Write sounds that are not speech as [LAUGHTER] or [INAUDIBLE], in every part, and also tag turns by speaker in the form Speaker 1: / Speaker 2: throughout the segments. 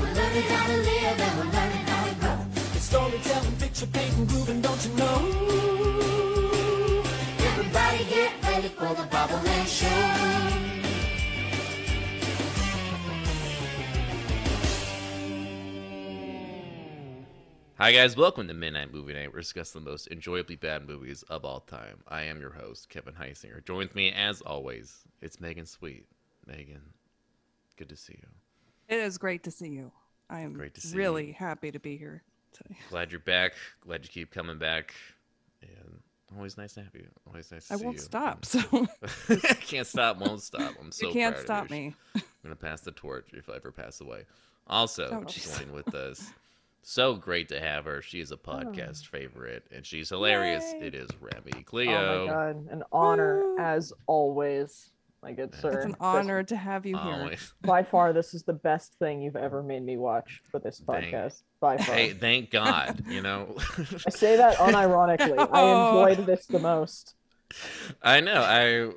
Speaker 1: we're gonna live and we're learning how to grow. It's storytelling, picture painting, grooving, don't you know? Everybody get ready for the Bobblehead Show.
Speaker 2: Hi guys, welcome to Midnight Movie Night. We're discussing the most enjoyably bad movies of all time. I am your host, Kevin Heisinger. Join with me as always. It's Megan Sweet. Megan, good to see you.
Speaker 3: It is great to see you. I am
Speaker 2: Great to see you.
Speaker 3: really happy to be here today.
Speaker 2: Glad you're back. Glad you keep coming back. And always nice to have you. Always nice to
Speaker 3: I
Speaker 2: see
Speaker 3: won't
Speaker 2: you. [LAUGHS]
Speaker 3: stop, so
Speaker 2: Can't stop, won't stop. I'm so
Speaker 3: [LAUGHS] you can't
Speaker 2: proud of
Speaker 3: stop
Speaker 2: you.
Speaker 3: me.
Speaker 2: I'm gonna pass the torch if I ever pass away. Also,
Speaker 3: Oh, jeez.
Speaker 2: join with us. So great to have her.
Speaker 3: Oh.
Speaker 2: She is a podcast favorite, and she's hilarious.
Speaker 4: Yay.
Speaker 2: It is Remy
Speaker 4: Oh my
Speaker 2: Cleo.
Speaker 4: god, an honor
Speaker 3: Woo.
Speaker 4: as always, my good
Speaker 2: It's
Speaker 4: sir.
Speaker 3: It's an
Speaker 4: This-
Speaker 3: honor to have you here.
Speaker 2: Always.
Speaker 4: by far, this is the best thing you've ever made me watch for this
Speaker 2: Dang.
Speaker 4: podcast. By far,
Speaker 2: Hey, [LAUGHS] thank God. You
Speaker 3: [LAUGHS]
Speaker 2: know,
Speaker 4: I say that unironically.
Speaker 3: Oh.
Speaker 4: I enjoyed this the most.
Speaker 2: [LAUGHS] I know.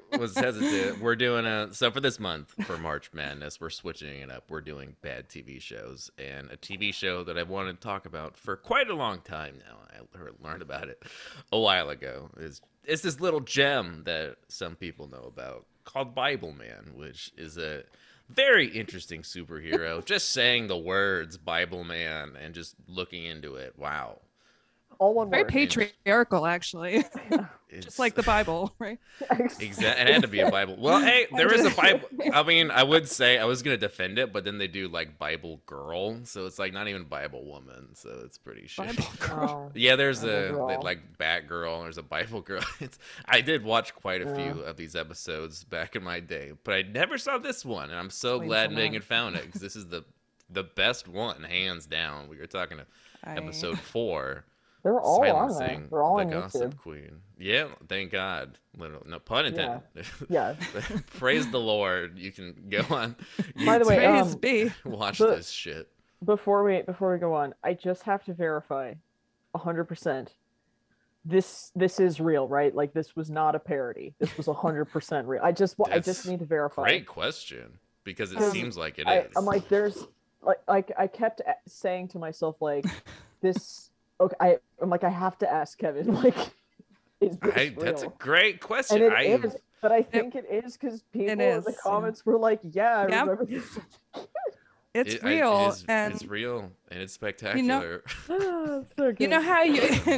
Speaker 2: I was hesitant. We're doing a so for this month for March Madness, we're switching it up. We're doing bad TV shows and a TV show that I've wanted to talk about for quite a long time now. I lear- learned about it a while ago. Is it's this little gem that some people know about called Bible Man, which is a very interesting
Speaker 3: [LAUGHS]
Speaker 2: superhero. just saying the words Bible Man and just looking into it. Wow.
Speaker 4: All one
Speaker 3: Very
Speaker 4: word.
Speaker 3: patriarchal, actually, [LAUGHS]
Speaker 2: It's-
Speaker 3: just like the Bible, [LAUGHS] right?
Speaker 4: [LAUGHS]
Speaker 2: Exactly. It had to be a Bible. Well, hey,
Speaker 3: I
Speaker 2: there is a
Speaker 3: just-
Speaker 2: Bible.
Speaker 4: [LAUGHS]
Speaker 2: I mean, I would say I was gonna defend it, but then they do like Bible girl, so it's like not even Bible woman, so it's pretty shit.
Speaker 3: Bible girl.
Speaker 2: [LAUGHS]
Speaker 4: Oh.
Speaker 2: Yeah, there's a
Speaker 4: Bible girl.
Speaker 2: like Batgirl. and There's a Bible girl. [LAUGHS] It's, I did watch quite a
Speaker 4: Yeah.
Speaker 2: few of these episodes back in my day, but I never saw this one, and I'm so
Speaker 3: Explains
Speaker 2: glad
Speaker 3: a lot.
Speaker 2: Megan found it because this is the the best one, hands down. We were talking to
Speaker 3: I-
Speaker 2: episode
Speaker 4: [LAUGHS]
Speaker 2: four.
Speaker 4: They're all on there.
Speaker 2: Silencing
Speaker 4: They're all
Speaker 2: the
Speaker 4: on
Speaker 2: Gossip
Speaker 4: YouTube.
Speaker 2: Queen. Yeah, thank God. Literally, no pun intended. [LAUGHS]
Speaker 4: Yeah.
Speaker 2: Praise the Lord. You can
Speaker 4: [LAUGHS]
Speaker 2: go on.
Speaker 4: By the way,
Speaker 2: YouTube,
Speaker 3: Praise
Speaker 4: um,
Speaker 3: be.
Speaker 2: watch
Speaker 4: the-
Speaker 2: this shit.
Speaker 4: Before we before we go on, I just have to verify, hundred percent. This this is real, right? Like this was not a parody. This was hundred percent real. I just wa- I
Speaker 2: That's
Speaker 4: just need to verify.
Speaker 2: Great question, because it
Speaker 4: Um,
Speaker 2: seems like it is.
Speaker 4: I, I'm like, there's like, like I kept a- saying to myself,
Speaker 2: [LAUGHS]
Speaker 4: like, this. Okay, I, I'm like, I have to ask Kevin, [LAUGHS] like, is this
Speaker 2: I- that's a
Speaker 4: real?
Speaker 2: great
Speaker 4: and
Speaker 2: question.
Speaker 4: it
Speaker 2: I
Speaker 4: is, but I think it is because people in
Speaker 3: is,
Speaker 4: the
Speaker 3: yeah.
Speaker 4: comments were like, yeah, I
Speaker 3: Yeah.
Speaker 4: remember this.
Speaker 3: It's
Speaker 2: it- I- it
Speaker 3: real,
Speaker 2: is-
Speaker 3: and
Speaker 2: it's real and it's spectacular.
Speaker 4: Ah, it's so
Speaker 3: you know
Speaker 4: good.
Speaker 3: how you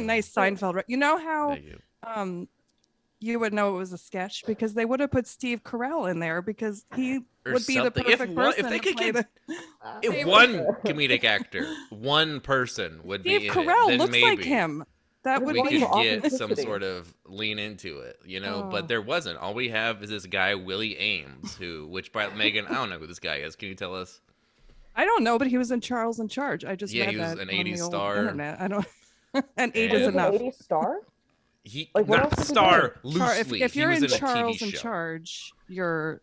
Speaker 2: [COUGHS]
Speaker 3: [LAUGHS] nice Seinfeld, right? You know [LAUGHS] how
Speaker 2: Thank you.
Speaker 3: um you would know it was a sketch because they would have put Steve Corell in there because he
Speaker 2: Or
Speaker 3: would be
Speaker 2: something.
Speaker 3: the
Speaker 2: if,
Speaker 3: perfect
Speaker 2: one-
Speaker 3: person
Speaker 2: if they
Speaker 3: to
Speaker 2: could
Speaker 3: play
Speaker 2: get
Speaker 3: the-
Speaker 4: Ah,
Speaker 2: if
Speaker 3: they would-
Speaker 2: one
Speaker 4: [LAUGHS]
Speaker 2: comedic actor, one person would be in
Speaker 3: Steve Carell
Speaker 2: it, then
Speaker 3: looks like
Speaker 2: maybe
Speaker 3: him. That
Speaker 4: It
Speaker 3: would
Speaker 2: we
Speaker 4: be-
Speaker 3: be
Speaker 2: could
Speaker 4: Well,
Speaker 2: get some
Speaker 4: authenticity.
Speaker 2: sort of lean into it, you know,
Speaker 3: Oh.
Speaker 2: but there wasn't. All we have is this guy Willie Ames, who, which by Megan, I don't know who this guy is. Can you tell us?
Speaker 3: I don't know, but he was in Charles in Charge. I just
Speaker 2: Yeah,
Speaker 3: read
Speaker 2: he was
Speaker 3: that
Speaker 2: an
Speaker 3: on
Speaker 2: 80s
Speaker 3: the old
Speaker 2: star.
Speaker 3: Internet. I don't. [LAUGHS] an eight
Speaker 4: He
Speaker 3: is
Speaker 4: was
Speaker 2: And-
Speaker 4: an
Speaker 3: enough.
Speaker 4: 80
Speaker 2: [LAUGHS]
Speaker 4: star?
Speaker 2: He
Speaker 4: Like, what
Speaker 2: not
Speaker 4: else is he
Speaker 2: star
Speaker 3: Char-
Speaker 2: loosely.
Speaker 3: if, if you're
Speaker 2: he was
Speaker 3: in
Speaker 2: a TV
Speaker 3: Charles in
Speaker 2: show.
Speaker 3: Charge, you're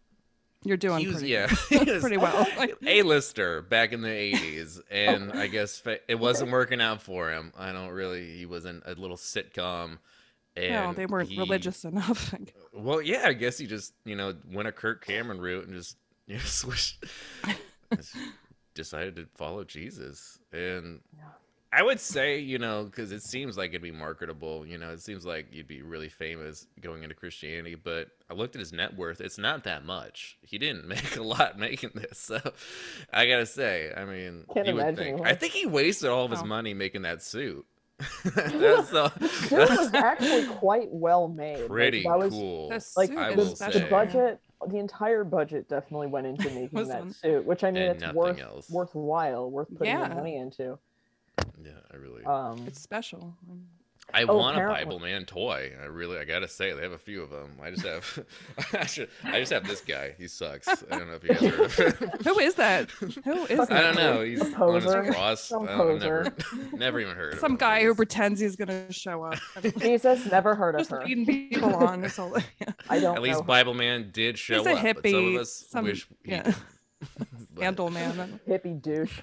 Speaker 3: you're doing
Speaker 2: he was,
Speaker 3: pretty,
Speaker 2: yeah, he was
Speaker 3: [LAUGHS] pretty well. Like,
Speaker 2: [LAUGHS] A-lister back in the '80s, and I guess fa- it wasn't working out for him. I don't really. He was in a little sitcom. And
Speaker 3: no, they weren't
Speaker 2: he-
Speaker 3: religious enough.
Speaker 2: Well, yeah, I guess he just you know went a Kirk Cameron route and just [LAUGHS] you know swished, just decided to follow Jesus. And
Speaker 4: Yeah.
Speaker 2: I would say you know because it seems like it'd be marketable. You know, it seems like you'd be really famous going into Christianity. But I looked at his net worth; it's not that much. He didn't [LAUGHS] make a lot making this, so I gotta say, I mean,
Speaker 4: Can't
Speaker 2: you would
Speaker 4: imagine
Speaker 2: think.
Speaker 4: he
Speaker 2: I
Speaker 4: was.
Speaker 2: think he wasted all of his
Speaker 3: Oh.
Speaker 2: money making that suit. [LAUGHS] that's
Speaker 4: [LAUGHS]
Speaker 2: the,
Speaker 4: The suit was actually quite well made. Like,
Speaker 2: pretty
Speaker 4: that was,
Speaker 2: cool.
Speaker 3: The
Speaker 4: Like,
Speaker 3: suit
Speaker 2: I
Speaker 3: is
Speaker 4: the,
Speaker 2: will
Speaker 4: the
Speaker 3: special.
Speaker 2: say.
Speaker 4: budget, the entire budget definitely
Speaker 3: [LAUGHS]
Speaker 4: went into making
Speaker 3: Was
Speaker 4: that
Speaker 3: on-
Speaker 4: suit, which I mean,
Speaker 2: And
Speaker 4: it's
Speaker 2: nothing
Speaker 4: worth,
Speaker 2: else.
Speaker 4: worthwhile, worth putting
Speaker 3: Yeah.
Speaker 4: your money into.
Speaker 2: Yeah, I really.
Speaker 4: Um,
Speaker 3: It's special.
Speaker 2: I
Speaker 4: Oh,
Speaker 2: want
Speaker 4: apparently.
Speaker 2: a Bible Man toy. I really, I gotta say, they have a few of them. I just have, [LAUGHS] I, should, I just have this guy. He sucks. I don't know if you guys heard of him.
Speaker 4: [LAUGHS]
Speaker 3: Who is that? Who
Speaker 2: [LAUGHS]
Speaker 3: is
Speaker 2: I
Speaker 3: that?
Speaker 2: don't know. He's
Speaker 4: Some
Speaker 2: on his
Speaker 4: poser.
Speaker 2: cross.
Speaker 4: Some
Speaker 2: I don't- I've never,
Speaker 4: poser.
Speaker 2: [LAUGHS] never even heard of
Speaker 3: Some
Speaker 2: him.
Speaker 3: guy who
Speaker 2: He's-
Speaker 3: pretends he's gonna
Speaker 2: [LAUGHS]
Speaker 3: show up.
Speaker 4: Jesus never heard of
Speaker 3: Just
Speaker 4: her.
Speaker 3: leading people on. That's all.
Speaker 4: I don't
Speaker 2: At least
Speaker 4: know.
Speaker 2: Bible Man did show
Speaker 3: a
Speaker 2: up. but some
Speaker 3: hippie,
Speaker 2: of us
Speaker 3: some-
Speaker 2: wish. he [LAUGHS]
Speaker 3: yeah.
Speaker 2: didn't. But-
Speaker 3: Scandal man.
Speaker 4: hippie douche.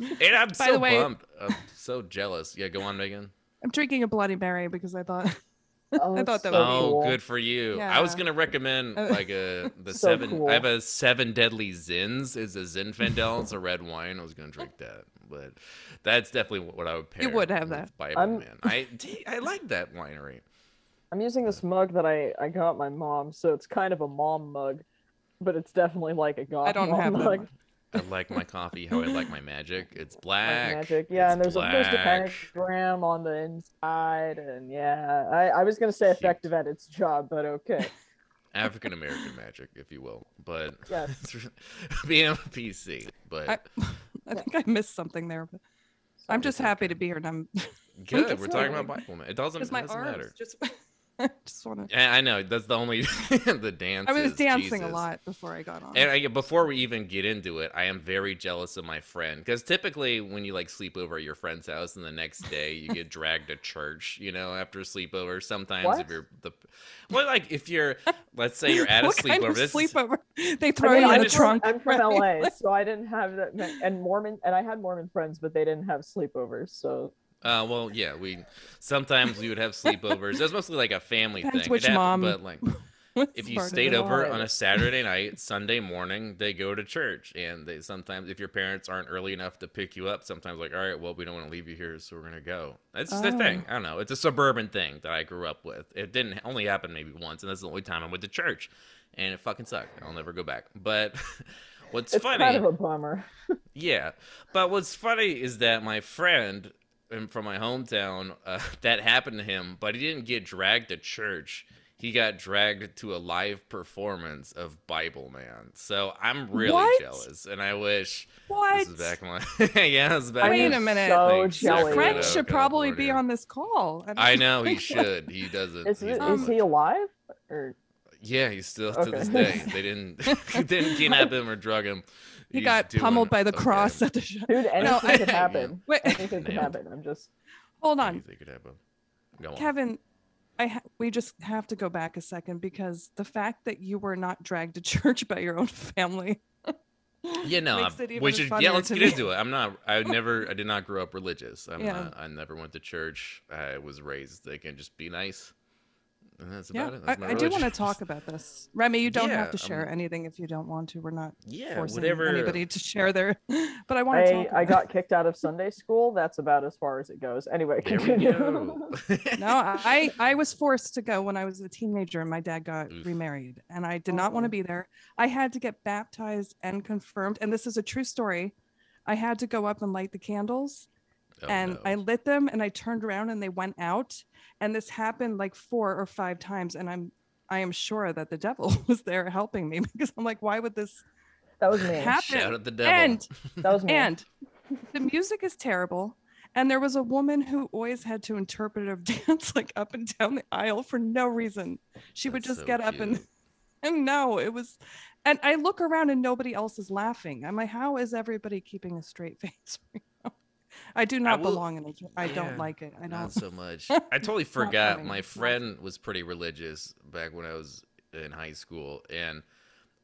Speaker 2: And I'm
Speaker 3: By
Speaker 2: so
Speaker 3: the way-
Speaker 2: bummed. I'm so jealous. Yeah, go on, Megan.
Speaker 4: [LAUGHS]
Speaker 3: I'm drinking a Bloody Mary because [LAUGHS] I thought
Speaker 4: Oh,
Speaker 3: I thought that would
Speaker 4: so
Speaker 3: be-
Speaker 2: oh,
Speaker 4: cool. Oh,
Speaker 2: good for you. I was
Speaker 3: Yeah.
Speaker 2: gonna recommend
Speaker 3: Uh,
Speaker 2: like
Speaker 4: [LAUGHS]
Speaker 2: a the
Speaker 4: So
Speaker 2: seven.
Speaker 4: cool.
Speaker 2: I have a seven deadly zins. Is a Zinfandel. It's a red wine. I was gonna drink that, but that's definitely wh- what I would pair.
Speaker 3: would have
Speaker 2: with
Speaker 3: that.
Speaker 2: Bible
Speaker 4: I'm-
Speaker 2: man. I t- I like that winery.
Speaker 4: I'm using this mug that I I got my mom, so it's kind of a mom mug, but it's definitely like a goth
Speaker 3: I don't
Speaker 4: mom
Speaker 3: have that.
Speaker 4: mug.
Speaker 3: one.
Speaker 2: I like my coffee how I like my magic. It's black.
Speaker 4: [LAUGHS] Like magic. Yeah,
Speaker 2: It's
Speaker 4: and there's a there's the pentagram on the inside, and yeah, I, I was gonna say
Speaker 2: Cute.
Speaker 4: effective at its job,
Speaker 3: [LAUGHS]
Speaker 4: but okay.
Speaker 2: African American magic, if you will, but
Speaker 4: [LAUGHS] Yes.
Speaker 2: it's [LAUGHS] re- being a PC. But
Speaker 3: I- I think I missed something there. But I'm just happy to be here, and I'm
Speaker 2: good,
Speaker 4: it's
Speaker 2: we're talking
Speaker 4: fine.
Speaker 2: about Bible man. It doesn't,
Speaker 3: because
Speaker 2: it
Speaker 3: my
Speaker 2: doesn't
Speaker 3: arms
Speaker 2: matter.
Speaker 3: just. [LAUGHS] I just want to.
Speaker 2: Yeah, I know that's the only [LAUGHS] the dance.
Speaker 3: I was dancing a
Speaker 2: Jesus.
Speaker 3: lot before I got on. [LAUGHS]
Speaker 2: And I, before we even get into it, I am very jealous of my friend because typically when you like sleep over at your friend's house and the next day you get dragged to church, you know, after a sleepover. Sometimes if
Speaker 4: What?
Speaker 2: you're the, well, like if you're, let's say
Speaker 3: [LAUGHS]
Speaker 2: you're at a
Speaker 3: what
Speaker 2: sleepover.
Speaker 3: kind of
Speaker 2: this is-
Speaker 3: sleepover? [LAUGHS] They
Speaker 4: I
Speaker 3: throw
Speaker 4: mean,
Speaker 3: you in
Speaker 4: I'm,
Speaker 3: the
Speaker 2: just-
Speaker 3: [LAUGHS]
Speaker 4: from,
Speaker 3: trunk.
Speaker 4: I'm from
Speaker 3: right?
Speaker 4: LA, so I didn't have that. ma- And Mormon, and I had Mormon friends, but they didn't have sleepovers. So
Speaker 2: Uh, well, yeah, we sometimes we would have sleepovers. It was mostly like a family
Speaker 3: Depends
Speaker 2: thing.
Speaker 3: which
Speaker 2: It
Speaker 3: mom
Speaker 2: but like
Speaker 3: [LAUGHS]
Speaker 2: if you
Speaker 3: Smarter
Speaker 2: stayed
Speaker 3: than
Speaker 2: over
Speaker 4: I.
Speaker 2: on a Saturday night, Sunday morning, they go to church, and they sometimes if your parents aren't early enough to pick you up, sometimes like, all right, well, we don't want to leave you here, so we're gonna go. That's just the thing. I don't know. It's a suburban thing that I grew up with. It didn't only happen maybe once, and that's the only time I went to church, and it fucking sucked. I'll never go back. But [LAUGHS] what's
Speaker 4: it's
Speaker 2: funny?
Speaker 4: kind of a bummer.
Speaker 2: Yeah, but what's funny is that my friend um, from my hometown uh, [LAUGHS] that happened to him, but he didn't get dragged to church. He got dragged to a live performance of Bible Man. So I'm really
Speaker 3: What?
Speaker 2: jealous, and I wish
Speaker 3: What?
Speaker 2: this is back in my [LAUGHS] yeah, this is back.
Speaker 3: Wait
Speaker 2: in-
Speaker 3: a minute.
Speaker 4: So
Speaker 2: Like,
Speaker 4: jealous.
Speaker 2: Sacramento.
Speaker 3: Fred
Speaker 2: Colorado,
Speaker 3: should probably be
Speaker 2: California.
Speaker 3: on this call.
Speaker 2: [LAUGHS]
Speaker 3: don't
Speaker 2: I know he
Speaker 3: think-
Speaker 2: should. He doesn't.
Speaker 4: Is he,
Speaker 2: he's
Speaker 4: is
Speaker 3: Um,
Speaker 2: not-
Speaker 4: he alive? Or
Speaker 2: Yeah, he's still to
Speaker 3: [LAUGHS]
Speaker 4: Okay.
Speaker 2: this day. They didn't [LAUGHS] they didn't kidnap him or drug him.
Speaker 3: [LAUGHS] He
Speaker 2: He's
Speaker 3: got
Speaker 2: doing
Speaker 3: pummeled by the
Speaker 2: okay.
Speaker 3: cross at the show.
Speaker 4: dude, anything
Speaker 3: I-
Speaker 4: could happen.
Speaker 3: Wait,
Speaker 4: Anything could
Speaker 2: Nailed.
Speaker 4: happen. I'm just
Speaker 3: hold on,
Speaker 2: Anything could happen. Go on.
Speaker 3: Kevin. I ha- we just have to go back a second because the fact that you were not dragged to [LAUGHS] church by your own family. [LAUGHS]
Speaker 2: [LAUGHS] Yeah, no,
Speaker 3: makes
Speaker 2: I'm-
Speaker 3: it
Speaker 2: we
Speaker 3: even
Speaker 2: should. Yeah,
Speaker 3: funnier
Speaker 2: let's
Speaker 3: to
Speaker 2: get
Speaker 3: me.
Speaker 2: into it. I'm not.
Speaker 3: [LAUGHS]
Speaker 2: I never. I did not grow up religious. I'm
Speaker 3: Yeah.
Speaker 2: not, I never went to church. I was raised they can just be nice, and that's
Speaker 3: Yeah,
Speaker 2: about it.
Speaker 3: I,
Speaker 2: That's my
Speaker 3: I do want to
Speaker 2: religion.
Speaker 3: talk about this, Remy. You don't have
Speaker 2: Yeah, um,
Speaker 3: to share anything if you don't want to. We're not
Speaker 2: [LAUGHS] Yeah,
Speaker 3: forcing
Speaker 2: whatever.
Speaker 3: anybody to share their. [LAUGHS] But I want to
Speaker 4: I,
Speaker 3: talk.
Speaker 4: I
Speaker 3: about
Speaker 4: got kicked out of Sunday school. That's about as far as it goes. Anyway,
Speaker 2: There we
Speaker 3: [LAUGHS]
Speaker 4: continue.
Speaker 2: go.
Speaker 3: no, I I was forced to go when I was a teenager and my dad got
Speaker 2: Oof.
Speaker 3: remarried and I did not want
Speaker 4: Oh.
Speaker 3: to be there. I had to get baptized and confirmed and this is a true story. I had to go up and light the candles
Speaker 2: Oh,
Speaker 3: and
Speaker 2: no.
Speaker 3: I lit them and I turned around and they went out and this happened like four or five times and I'm I am sure that the devil [LAUGHS] was there helping me [LAUGHS] because I'm like why would this
Speaker 4: [LAUGHS] That was me.
Speaker 3: Hap-
Speaker 2: shout
Speaker 3: happened.
Speaker 2: out the devil.
Speaker 3: And-
Speaker 4: That was me.
Speaker 3: and the music is terrible. And there was a woman who always had to interpretive [LAUGHS] dance like up and down the aisle for no reason.
Speaker 2: [LAUGHS]
Speaker 3: She would
Speaker 2: That's
Speaker 3: just
Speaker 2: so
Speaker 3: get up and
Speaker 2: cute.
Speaker 3: [LAUGHS] and no, it was and I look around and nobody else is laughing. I'm like, how is everybody keeping a straight [LAUGHS] face? right now? I do not
Speaker 2: will-
Speaker 3: belong in a church. I
Speaker 2: Yeah,
Speaker 3: don't like it. I
Speaker 2: Not
Speaker 3: don't
Speaker 2: so
Speaker 3: [LAUGHS]
Speaker 2: much. I totally forgot.
Speaker 3: funny.
Speaker 2: My
Speaker 3: Not-
Speaker 2: friend was pretty religious back when I was in high school, and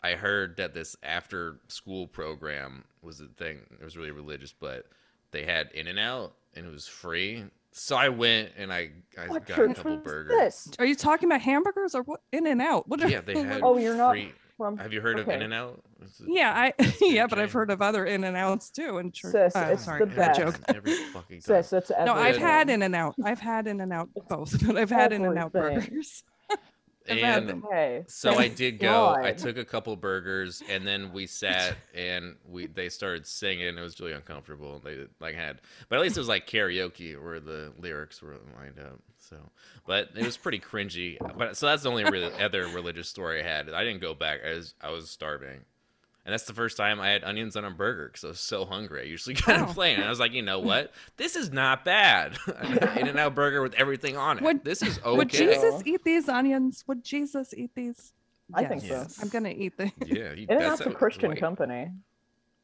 Speaker 2: I heard that this after school program was a thing. It was really religious, but they had In and Out, and it was free. So I went and I, I
Speaker 4: What
Speaker 2: got a
Speaker 4: church
Speaker 2: couple
Speaker 4: was
Speaker 2: burgers.
Speaker 4: this?
Speaker 3: are you talking about hamburgers or what in and out? What are,
Speaker 2: Yeah,
Speaker 3: [LAUGHS]
Speaker 2: they had.
Speaker 4: Oh, you're not
Speaker 2: free-
Speaker 4: From
Speaker 2: Have you heard
Speaker 4: okay.
Speaker 2: of In and Out?
Speaker 3: Yeah, I [LAUGHS] yeah, but I've
Speaker 2: Okay.
Speaker 3: heard of other in and outs too in church.
Speaker 4: Sis,
Speaker 3: uh,
Speaker 4: it's
Speaker 3: sorry,
Speaker 4: the
Speaker 3: bad
Speaker 4: best.
Speaker 3: joke.
Speaker 2: Every fucking time.
Speaker 4: Sis, that's
Speaker 3: No, I've
Speaker 2: Everything.
Speaker 3: had in and out. I've had in and out both, but I've had in and out
Speaker 4: Everything.
Speaker 3: burgers. [LAUGHS] I've had
Speaker 2: And
Speaker 3: them.
Speaker 4: Hey,
Speaker 2: So I
Speaker 3: [LAUGHS]
Speaker 2: did go. I
Speaker 4: God.
Speaker 2: took a couple burgers, and then we sat and we they started singing. It was really uncomfortable. They like had, but at least it was like karaoke where the lyrics were lined up. So, but it was pretty cringy. But so that's the only
Speaker 3: [LAUGHS]
Speaker 2: really other religious story I had. I didn't go back. I was I was starving, and that's the first time I had onions on a burger because I was so hungry. I usually [LAUGHS] got a
Speaker 3: Wow.
Speaker 2: plain, and I was like, you know
Speaker 3: [LAUGHS]
Speaker 2: what, this is not bad. [LAUGHS] In and out burger with everything on it.
Speaker 3: Would-
Speaker 2: this is okay.
Speaker 3: Would Jesus
Speaker 4: Okay.
Speaker 3: eat these onions? Would Jesus eat these?
Speaker 4: I think
Speaker 2: so.
Speaker 3: I'm gonna
Speaker 2: [LAUGHS]
Speaker 3: eat the
Speaker 2: Yeah, he,
Speaker 4: In and
Speaker 2: that's
Speaker 4: Out's a
Speaker 2: how-
Speaker 4: Christian
Speaker 2: like-
Speaker 4: company.
Speaker 3: Mm.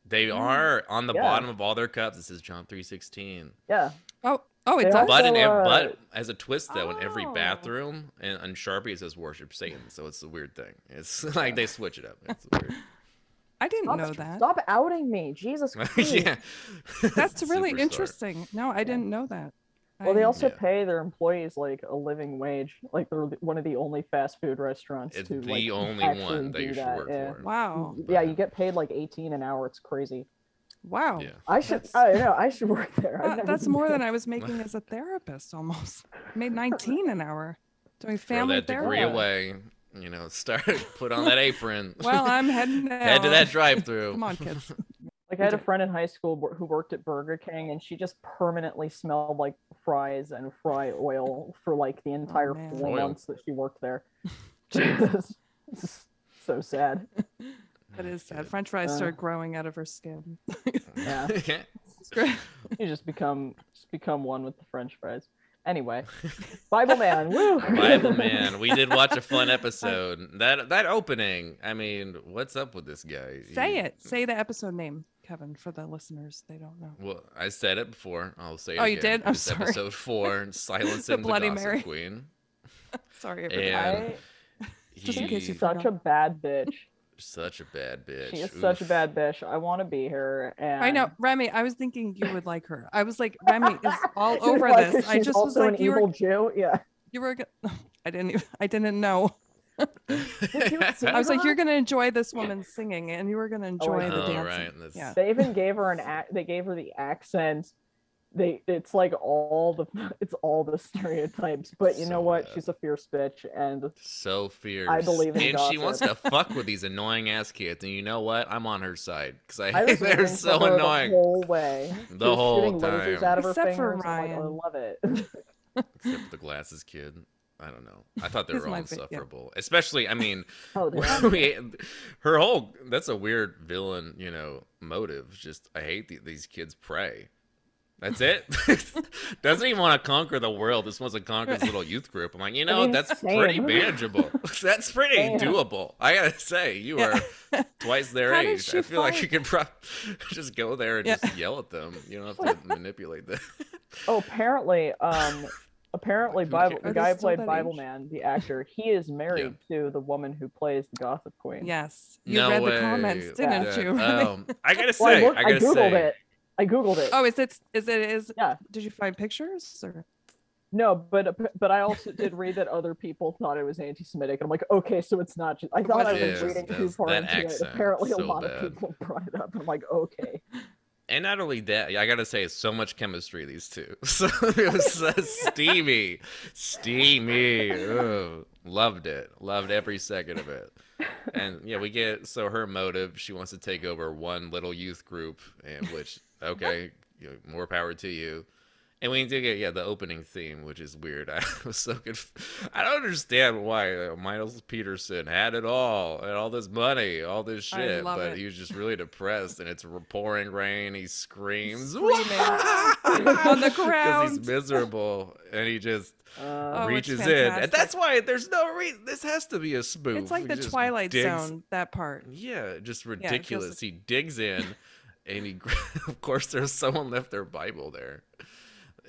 Speaker 2: They are on the
Speaker 4: Yeah.
Speaker 2: bottom of all their cups. It says John three sixteen.
Speaker 4: Yeah.
Speaker 3: Oh, oh,
Speaker 4: They
Speaker 3: it's
Speaker 4: are-
Speaker 3: up.
Speaker 2: But in
Speaker 4: Also,
Speaker 2: ev-
Speaker 4: uh,
Speaker 2: but as a twist though, in every
Speaker 3: Oh.
Speaker 2: bathroom and on Sharpie it says worship Satan. So it's a weird thing. It's [LAUGHS] like they switch it up. It's weird. [LAUGHS]
Speaker 3: I didn't
Speaker 4: Stop,
Speaker 3: know that.
Speaker 4: Stop outing me, Jesus Christ.
Speaker 2: [LAUGHS] yeah.
Speaker 3: Hmm. That's
Speaker 2: [LAUGHS]
Speaker 3: really
Speaker 2: Superstar.
Speaker 3: interesting. No, I didn't know that.
Speaker 4: Well, they
Speaker 3: I'm-
Speaker 4: also
Speaker 2: Yeah.
Speaker 4: pay their employees like a living wage. Like they're the- one of the only fast food restaurants
Speaker 2: It's
Speaker 4: to
Speaker 2: the
Speaker 4: like,
Speaker 2: only
Speaker 4: actually
Speaker 2: one that
Speaker 4: do
Speaker 2: you should
Speaker 4: that,
Speaker 2: work
Speaker 4: yeah.
Speaker 2: for.
Speaker 3: Wow.
Speaker 4: Yeah,
Speaker 2: but-
Speaker 4: you get paid like 18 an hour. It's crazy.
Speaker 3: Wow.
Speaker 2: Yeah.
Speaker 4: I should.
Speaker 3: That's-
Speaker 4: I know. I should [LAUGHS] work there. I've
Speaker 3: That-
Speaker 4: never
Speaker 3: that's
Speaker 4: been
Speaker 3: more
Speaker 4: paid.
Speaker 3: than I was
Speaker 2: [LAUGHS]
Speaker 3: making as a therapist
Speaker 4: [LAUGHS]
Speaker 3: almost. I made 19 an hour doing
Speaker 2: Throw
Speaker 3: family
Speaker 2: that degree
Speaker 3: therapy.
Speaker 4: therapy.
Speaker 2: away. You know, start [LAUGHS] put on that apron.
Speaker 3: Well,
Speaker 2: [LAUGHS]
Speaker 3: I'm heading
Speaker 2: head to
Speaker 3: out.
Speaker 2: that drive-through. [LAUGHS]
Speaker 3: Come on, kids.
Speaker 4: Like I had a friend in high school wor- who worked at Burger King, and she just permanently smelled like fries and fry oil for like the entire
Speaker 3: Oh, man.
Speaker 4: four
Speaker 2: Oil.
Speaker 4: months that she
Speaker 3: [LAUGHS]
Speaker 4: worked there. [LAUGHS] Jesus, so sad.
Speaker 2: [LAUGHS]
Speaker 3: That is sad. French fries
Speaker 4: Uh.
Speaker 3: start growing out of her skin.
Speaker 4: [LAUGHS]
Speaker 3: [LAUGHS]
Speaker 4: Yeah,
Speaker 2: Yeah.
Speaker 3: It's great.
Speaker 4: you just become just become one with the French fries. Anyway,
Speaker 3: [LAUGHS]
Speaker 4: Bible Man, woo! [LAUGHS]
Speaker 2: Bible man, we did watch a fun episode. That that opening, I mean, what's up with this guy?
Speaker 3: Say
Speaker 2: He-
Speaker 3: it. Say the episode name, Kevin, for the listeners. They don't know.
Speaker 2: Well, I said it before. I'll say it.
Speaker 3: Oh, you
Speaker 2: again.
Speaker 3: did? I'm
Speaker 2: It's
Speaker 3: sorry.
Speaker 2: Episode
Speaker 3: [LAUGHS]
Speaker 2: four, silencing the
Speaker 3: Bloody
Speaker 2: Bloody
Speaker 3: Mary.
Speaker 2: Queen.
Speaker 3: Sorry. everybody.
Speaker 2: Yeah.
Speaker 4: I,
Speaker 3: Just in case you
Speaker 2: He-
Speaker 4: such a bad bitch.
Speaker 2: such a bad bitch.
Speaker 4: She is such a
Speaker 2: Oof.
Speaker 4: bad bitch. I want to be her. And
Speaker 3: I know, Remy. I was thinking you would like her. I
Speaker 4: [LAUGHS]
Speaker 3: was like, Remy is all
Speaker 4: You're
Speaker 3: over
Speaker 4: like,
Speaker 3: this. I
Speaker 4: she's
Speaker 3: just was
Speaker 4: also
Speaker 3: like,
Speaker 4: an
Speaker 3: you
Speaker 4: evil
Speaker 3: were,
Speaker 4: Jew. Yeah.
Speaker 3: you were. go- [LAUGHS] I didn't. Even, I didn't know. [LAUGHS]
Speaker 4: Did you see
Speaker 2: [LAUGHS]
Speaker 3: I was like,
Speaker 4: her?
Speaker 3: you're gonna enjoy this woman singing, and you were gonna enjoy
Speaker 4: I
Speaker 3: the
Speaker 2: Oh,
Speaker 3: dancing.
Speaker 2: right. That's,
Speaker 3: Yeah.
Speaker 4: They even gave her an act. They gave her the accent. They it's like all the [LAUGHS] it's all the stereotypes. But you know
Speaker 2: So
Speaker 4: what?
Speaker 2: bad.
Speaker 4: She's a fierce bitch,
Speaker 2: [LAUGHS]
Speaker 4: and
Speaker 2: So fierce.
Speaker 4: believe in
Speaker 2: And she wants to
Speaker 4: gossip. [LAUGHS]
Speaker 2: fuck with these annoying ass kids. And you know what? I'm on her side because I,
Speaker 4: I
Speaker 2: [LAUGHS]
Speaker 4: was
Speaker 2: they're
Speaker 4: rooting
Speaker 2: so
Speaker 4: for her
Speaker 2: annoying.
Speaker 4: the whole way. She
Speaker 2: The
Speaker 4: was
Speaker 2: whole
Speaker 4: shooting lasers
Speaker 2: time.
Speaker 4: out of her
Speaker 3: Except for
Speaker 4: fingers. I'm like,
Speaker 3: Ryan.
Speaker 4: I love it. [LAUGHS]
Speaker 2: Except for the glasses kid. I don't know. I thought they
Speaker 3: He's
Speaker 2: were all
Speaker 3: my fa- yeah.
Speaker 2: insufferable. Especially, I
Speaker 3: [LAUGHS]
Speaker 2: mean,
Speaker 4: oh, they're
Speaker 2: Well, [LAUGHS] we, her whole that's a weird villain you know motive just i hate the, these kids pray that's it [LAUGHS] doesn't even want to conquer the world just wants to conquer this little youth group i'm like
Speaker 3: [LAUGHS]
Speaker 2: you know
Speaker 4: mean,
Speaker 2: that's
Speaker 4: same.
Speaker 2: pretty manageable [LAUGHS] that's pretty
Speaker 4: Same.
Speaker 2: doable i gotta say you
Speaker 3: [LAUGHS] Yeah.
Speaker 2: are twice their
Speaker 3: How did
Speaker 2: age
Speaker 3: she
Speaker 2: i feel like
Speaker 3: find-
Speaker 2: you could pro- [LAUGHS] just go there and
Speaker 3: Yeah.
Speaker 2: just yell at them you don't have to
Speaker 3: [LAUGHS]
Speaker 2: manipulate them [LAUGHS]
Speaker 4: Oh, apparently, um, apparently,
Speaker 2: Who
Speaker 4: Bible
Speaker 2: cares?
Speaker 4: the
Speaker 3: Are they
Speaker 4: guy who
Speaker 3: still
Speaker 4: played
Speaker 3: that
Speaker 4: Bible
Speaker 3: age?
Speaker 4: Man, the actor, he is married to the woman who plays the Gossip Queen.
Speaker 3: Yes, you
Speaker 2: no
Speaker 3: read
Speaker 2: way
Speaker 3: the comments,
Speaker 4: Yeah.
Speaker 3: didn't
Speaker 2: that-
Speaker 3: you? [LAUGHS] Remy?
Speaker 2: um, i gotta say i,
Speaker 4: Well, I, looked, I,
Speaker 2: gotta
Speaker 4: googled
Speaker 2: say
Speaker 4: it. I googled it.
Speaker 3: oh, is it? Is it? Is
Speaker 4: Yeah.
Speaker 3: Did you find pictures or?
Speaker 4: No, but but I also did read that other people thought it was anti-Semitic. And I'm like, okay, so it's not. Just, I thought I was
Speaker 2: wasn't.
Speaker 4: reading
Speaker 2: Yes,
Speaker 4: too
Speaker 2: that's-
Speaker 4: far
Speaker 2: that
Speaker 4: into it.
Speaker 2: accent,
Speaker 4: Apparently, a
Speaker 2: so
Speaker 4: lot
Speaker 2: bad.
Speaker 4: of people brought it up. I'm like, [LAUGHS] okay,
Speaker 2: And not only that, I gotta say, so much chemistry these two. [LAUGHS] So it was so steamy, steamy. Ooh, loved it, loved every second of it. And yeah, we get so her motive. She wants to take over one little youth group, and which okay, you know, more power to you. And we do get yeah the opening theme, which is weird. [LAUGHS] I was so conf- I don't understand why uh, Miles Peterson had it all and all this money, all this
Speaker 3: I
Speaker 2: shit,
Speaker 3: love
Speaker 2: but
Speaker 3: it.
Speaker 2: he was just really depressed. And it's r- pouring rain. He screams
Speaker 3: Screaming
Speaker 2: [LAUGHS] on
Speaker 3: the
Speaker 2: he's
Speaker 3: ground.
Speaker 2: miserable, and and he just
Speaker 4: uh,
Speaker 3: Oh, it's
Speaker 2: reaches in. And
Speaker 3: fantastic.
Speaker 2: that's why there's no reason. This has to be a spoof.
Speaker 3: It's like
Speaker 2: He
Speaker 3: the
Speaker 2: just
Speaker 3: Twilight
Speaker 2: digs-
Speaker 3: Zone. That part.
Speaker 2: Yeah, just
Speaker 3: it feels
Speaker 2: ridiculous.
Speaker 3: like-
Speaker 2: He digs in, and he [LAUGHS] of course there's someone left their Bible there,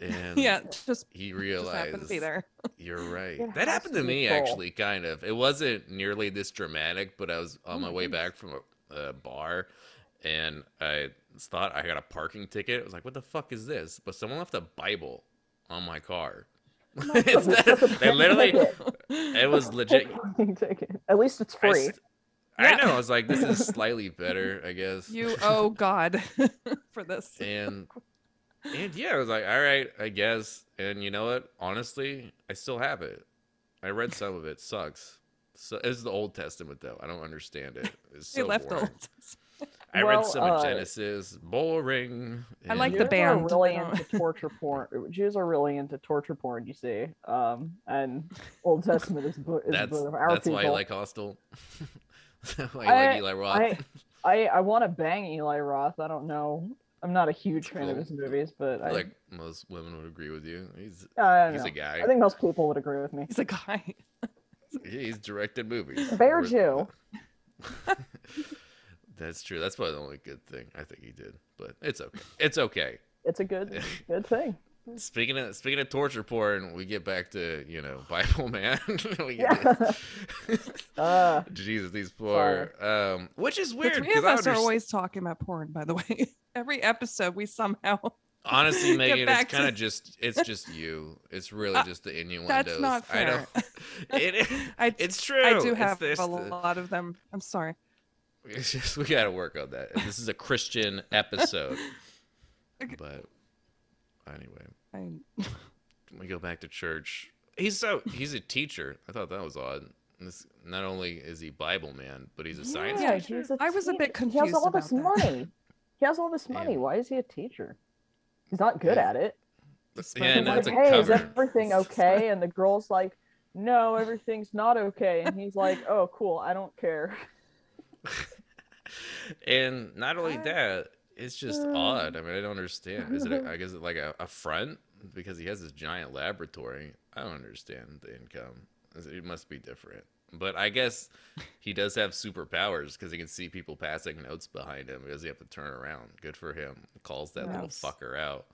Speaker 2: and
Speaker 3: [LAUGHS] Yeah, just
Speaker 2: he
Speaker 3: just happened to
Speaker 2: realized
Speaker 3: be there.
Speaker 2: you're right.
Speaker 4: It
Speaker 2: that
Speaker 4: has
Speaker 2: happened
Speaker 4: to
Speaker 2: to
Speaker 4: be
Speaker 2: me
Speaker 4: full.
Speaker 2: actually, kind of. It wasn't nearly this dramatic, but I was on
Speaker 4: Oh
Speaker 2: my
Speaker 4: my
Speaker 2: way back from a, a bar, and I thought I got a parking ticket. I was like, "What the fuck is this?" But someone left a Bible on my car.
Speaker 4: Oh
Speaker 2: [LAUGHS] It's that- they literally,
Speaker 4: [LAUGHS]
Speaker 2: [LAUGHS] it was legit.
Speaker 4: Ticket. At least it's
Speaker 2: I,
Speaker 4: free.
Speaker 2: st- I
Speaker 3: Yeah.
Speaker 2: know. I was like, "This
Speaker 4: [LAUGHS]
Speaker 2: is slightly better, I guess."
Speaker 3: You owe God [LAUGHS] for this.
Speaker 2: and
Speaker 4: [LAUGHS]
Speaker 2: and yeah, I was like, all right, I guess. And you know what? Honestly, I still have it. I read some of it. Sucks. So it's the Old Testament though. I don't understand
Speaker 4: [LAUGHS]
Speaker 2: it. It's
Speaker 3: They
Speaker 2: so
Speaker 3: left
Speaker 2: boring.
Speaker 3: old. [LAUGHS]
Speaker 2: I
Speaker 4: Well,
Speaker 2: read some of
Speaker 4: uh,
Speaker 2: Genesis. Boring.
Speaker 3: I like
Speaker 4: Jews
Speaker 3: the
Speaker 4: are
Speaker 3: band.
Speaker 4: really
Speaker 3: I don't- [LAUGHS]
Speaker 4: into torture porn. Jews are really into torture porn. You see, um, and Old Testament is, bo- is
Speaker 2: That's
Speaker 4: bo- of our
Speaker 2: that's
Speaker 4: people.
Speaker 2: why I like Hostel. [LAUGHS] That's why I,
Speaker 4: I-
Speaker 2: like Eli Roth.
Speaker 4: I [LAUGHS] I, I want to bang Eli Roth. I don't know. I'm not a huge fan of
Speaker 2: Cool.
Speaker 4: his movies, but I,
Speaker 2: like most women would agree with you. He's
Speaker 4: I don't
Speaker 2: he's a
Speaker 4: know.
Speaker 2: guy.
Speaker 4: I think most people would
Speaker 2: [LAUGHS]
Speaker 4: agree with me.
Speaker 3: He's a guy.
Speaker 2: He's directed movies.
Speaker 4: Bear
Speaker 2: We're-
Speaker 4: Jew.
Speaker 2: That's true. That's probably the only good thing I think he did. But it's okay. It's okay.
Speaker 4: It's
Speaker 2: [LAUGHS]
Speaker 4: a good good thing.
Speaker 2: Speaking of speaking of torture porn, we get back to you know [LAUGHS] Bible man. we get
Speaker 4: Yeah. Uh,
Speaker 2: [LAUGHS] Jesus, these poor. Um, which is
Speaker 3: The
Speaker 2: weird
Speaker 3: three of [LAUGHS]
Speaker 2: because I
Speaker 3: us are
Speaker 2: understand.
Speaker 3: [LAUGHS] always talking about porn, by the way. Every episode, we somehow [LAUGHS]
Speaker 2: Honestly, Megan,
Speaker 3: back
Speaker 2: it's
Speaker 3: to-
Speaker 2: kind
Speaker 3: [LAUGHS]
Speaker 2: of just it's just you. It's really
Speaker 3: Uh,
Speaker 2: just the innuendos.
Speaker 3: That's not
Speaker 2: I
Speaker 3: fair.
Speaker 2: don't. [LAUGHS] It,
Speaker 3: [LAUGHS] I,
Speaker 2: it's true.
Speaker 3: I do
Speaker 2: It's
Speaker 3: have
Speaker 2: this- uh,
Speaker 3: a
Speaker 2: the-
Speaker 3: lot of them. I'm sorry.
Speaker 2: [LAUGHS] It's just we got to work on that. This is a Christian episode,
Speaker 3: [LAUGHS] Okay.
Speaker 2: but anyway,
Speaker 3: I,
Speaker 2: we go back to church. He's so he's a teacher. I thought that was odd. This, not only is he Bible man, but he's a science
Speaker 4: Yeah,
Speaker 2: teacher.
Speaker 4: he's a
Speaker 3: I was a bit
Speaker 4: teacher. He
Speaker 3: confused
Speaker 4: has all
Speaker 3: about
Speaker 4: this
Speaker 3: that.
Speaker 4: money. He has all this money.
Speaker 2: Yeah.
Speaker 4: Why is he a teacher? He's not good
Speaker 2: Yeah.
Speaker 4: at it.
Speaker 2: Yeah,
Speaker 4: He's
Speaker 2: and that's a
Speaker 4: like, hey, is
Speaker 2: cover. [LAUGHS]
Speaker 4: everything okay? And the girl's like, no, everything's not okay. And
Speaker 2: [LAUGHS]
Speaker 4: he's like, oh, cool, I don't care.
Speaker 2: and not only
Speaker 3: I-
Speaker 2: that, it's just
Speaker 4: Uh,
Speaker 2: odd. I mean, I don't understand. Is it?
Speaker 4: [LAUGHS]
Speaker 2: A, I guess it like a, a front because he has this giant laboratory. I don't understand the income. Is- It must be different. But I guess he does have superpowers because he can see people passing notes behind him. He doesn't have to turn around. Good for him. Calls that little
Speaker 3: Yes.
Speaker 2: fucker out.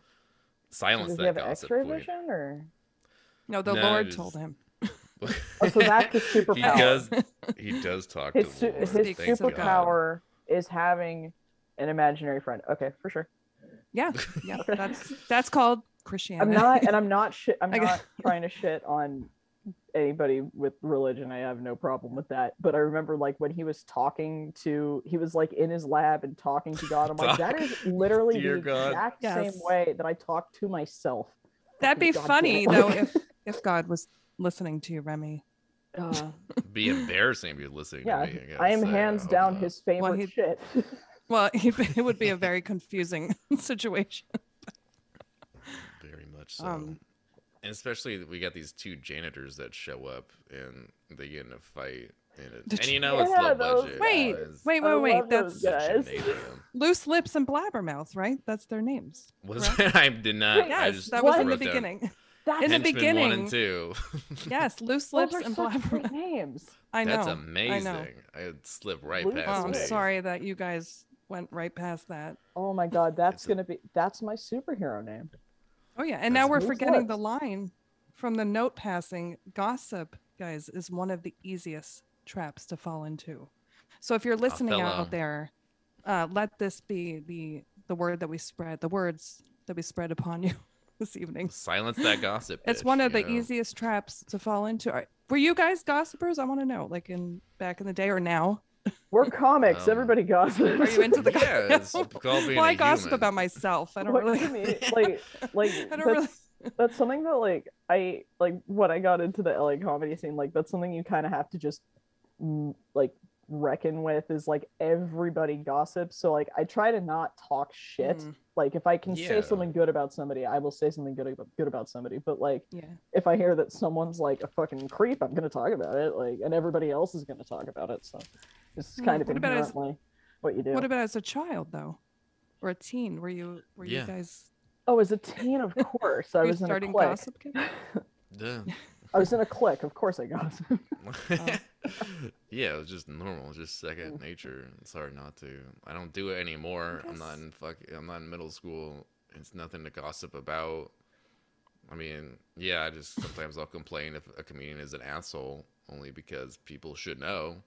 Speaker 2: Silence
Speaker 4: Does he
Speaker 2: that
Speaker 4: have
Speaker 2: gossip
Speaker 4: X-ray
Speaker 2: queen.
Speaker 4: vision, or
Speaker 3: no, the
Speaker 2: No,
Speaker 3: Lord
Speaker 2: just-
Speaker 3: told him.
Speaker 2: [LAUGHS]
Speaker 4: Oh, so that's his
Speaker 2: he
Speaker 4: superpower. [LAUGHS]
Speaker 2: does. He does talk
Speaker 4: his
Speaker 2: to
Speaker 4: su-
Speaker 2: the Lord.
Speaker 4: his
Speaker 3: Speaks
Speaker 2: Thank God.
Speaker 4: superpower is having an imaginary friend? Okay, for sure.
Speaker 2: [LAUGHS]
Speaker 3: Yeah, yeah. That's that's called Christianity.
Speaker 4: I'm not, and I'm not. Shi- I'm
Speaker 3: I
Speaker 4: not
Speaker 3: got-
Speaker 4: trying to shit on anybody with religion. I have no problem with that. But I remember, like, when he was talking to, he was like in his lab and talking to God. I'm like, that is literally
Speaker 2: Dear
Speaker 4: the
Speaker 2: God.
Speaker 4: exact same
Speaker 3: Yes.
Speaker 4: way that I talk to myself.
Speaker 3: [LAUGHS] That'd be
Speaker 4: God damn
Speaker 3: funny
Speaker 4: it.
Speaker 3: though if if God was listening to you, Remy.
Speaker 4: Uh,
Speaker 2: Be embarrassing if you're listening
Speaker 4: yeah,
Speaker 2: to me. gotta
Speaker 4: I am
Speaker 2: say, Oh,
Speaker 4: hands
Speaker 2: hope
Speaker 4: down
Speaker 2: not.
Speaker 4: his favorite
Speaker 3: Well, he-
Speaker 4: shit. [LAUGHS]
Speaker 3: Well, [LAUGHS] it would be a very confusing [LAUGHS] situation.
Speaker 2: Very much so.
Speaker 3: Um,
Speaker 2: and especially that we got these two janitors that show up and they get in a fight. And, it,
Speaker 3: The
Speaker 2: and you know
Speaker 4: jan-
Speaker 2: it's
Speaker 4: Yeah,
Speaker 2: low
Speaker 4: those
Speaker 2: budget.
Speaker 3: Wait,
Speaker 2: so it's
Speaker 3: Wait,
Speaker 4: I
Speaker 3: wait,
Speaker 4: love
Speaker 3: wait.
Speaker 4: those
Speaker 3: That's
Speaker 2: such a
Speaker 4: guys.
Speaker 2: mayhem.
Speaker 3: loose lips and blabbermouth, right? That's their names.
Speaker 2: Was [LAUGHS] I did not. I
Speaker 3: Yes,
Speaker 2: just
Speaker 3: that was in the
Speaker 2: wrote down [LAUGHS]
Speaker 3: beginning.
Speaker 4: That's
Speaker 3: In the
Speaker 2: henchmen one and
Speaker 3: beginning.
Speaker 2: two.
Speaker 3: Yes, loose
Speaker 4: those
Speaker 3: lips
Speaker 4: are
Speaker 3: and
Speaker 4: such
Speaker 3: blabbermouth.
Speaker 4: great names.
Speaker 3: [LAUGHS] I know.
Speaker 2: That's
Speaker 3: I
Speaker 2: amazing.
Speaker 3: know.
Speaker 2: I, slipped right
Speaker 4: Luke-
Speaker 2: past.
Speaker 3: Well, I'm
Speaker 4: Fascinating.
Speaker 2: me.
Speaker 3: sorry that you guys went right past that.
Speaker 4: Oh my god, that's
Speaker 2: It's a-
Speaker 4: gonna be that's my superhero name.
Speaker 3: Oh yeah, and
Speaker 2: That's
Speaker 3: now we're
Speaker 4: loose
Speaker 3: forgetting the
Speaker 4: lips.
Speaker 3: line from the note passing. Gossip, guys, is one of the easiest traps to fall into. So if you're listening
Speaker 2: Othello.
Speaker 3: out there, uh, let this be the the word that we spread, the words that we spread upon you [LAUGHS] this evening.
Speaker 2: Silence that gossip.
Speaker 3: It's
Speaker 2: bitch,
Speaker 3: one of
Speaker 2: you
Speaker 3: the
Speaker 2: know?
Speaker 3: easiest traps to fall into. Are- Were you guys gossipers? I want to know, like in back in the day or now.
Speaker 4: We're comics.
Speaker 2: Um,
Speaker 4: Everybody gossips.
Speaker 3: Are you into
Speaker 2: [LAUGHS]
Speaker 3: the
Speaker 2: Yeah,
Speaker 3: [LAUGHS]
Speaker 2: it's
Speaker 3: gossip?
Speaker 2: called being
Speaker 3: well, I
Speaker 2: a
Speaker 3: gossip
Speaker 2: human.
Speaker 3: about myself. I don't
Speaker 4: What
Speaker 3: really.
Speaker 4: do
Speaker 3: [LAUGHS]
Speaker 4: you mean? Like- like,
Speaker 3: I
Speaker 4: that's,
Speaker 3: don't really. [LAUGHS]
Speaker 4: that's something that like I like when I got into the LA comedy scene, like that's something you kind of have to just mm, like reckon with is like everybody gossips. So like I try to not talk shit.
Speaker 3: Mm,
Speaker 4: Like if I can
Speaker 2: Yeah.
Speaker 4: say something good about somebody, I will say something good about, good about somebody. But like
Speaker 3: yeah.
Speaker 4: if I hear that someone's like a fucking creep, I'm gonna talk about it. Like and everybody else is gonna talk about it. So it's
Speaker 3: Mm,
Speaker 4: kind of
Speaker 3: what about as-
Speaker 4: inherently what you do.
Speaker 3: What about as a child though, or a teen? Were you were
Speaker 2: Yeah.
Speaker 3: you guys?
Speaker 4: Oh, as a
Speaker 3: [LAUGHS]
Speaker 4: teen, of course. I
Speaker 3: were you
Speaker 4: was in a
Speaker 3: starting
Speaker 4: clique.
Speaker 3: gossip? kid?
Speaker 2: Yeah.
Speaker 4: I was in a clique. Of course, I gossip.
Speaker 2: [LAUGHS] yeah, it was just normal, it's just second nature. It's hard not to. I don't do it anymore. I'm not
Speaker 3: guess-
Speaker 2: in fuck. I'm not in middle school. It's nothing to gossip about. I mean, yeah, I just sometimes I'll complain if a comedian is an asshole, only because people should know.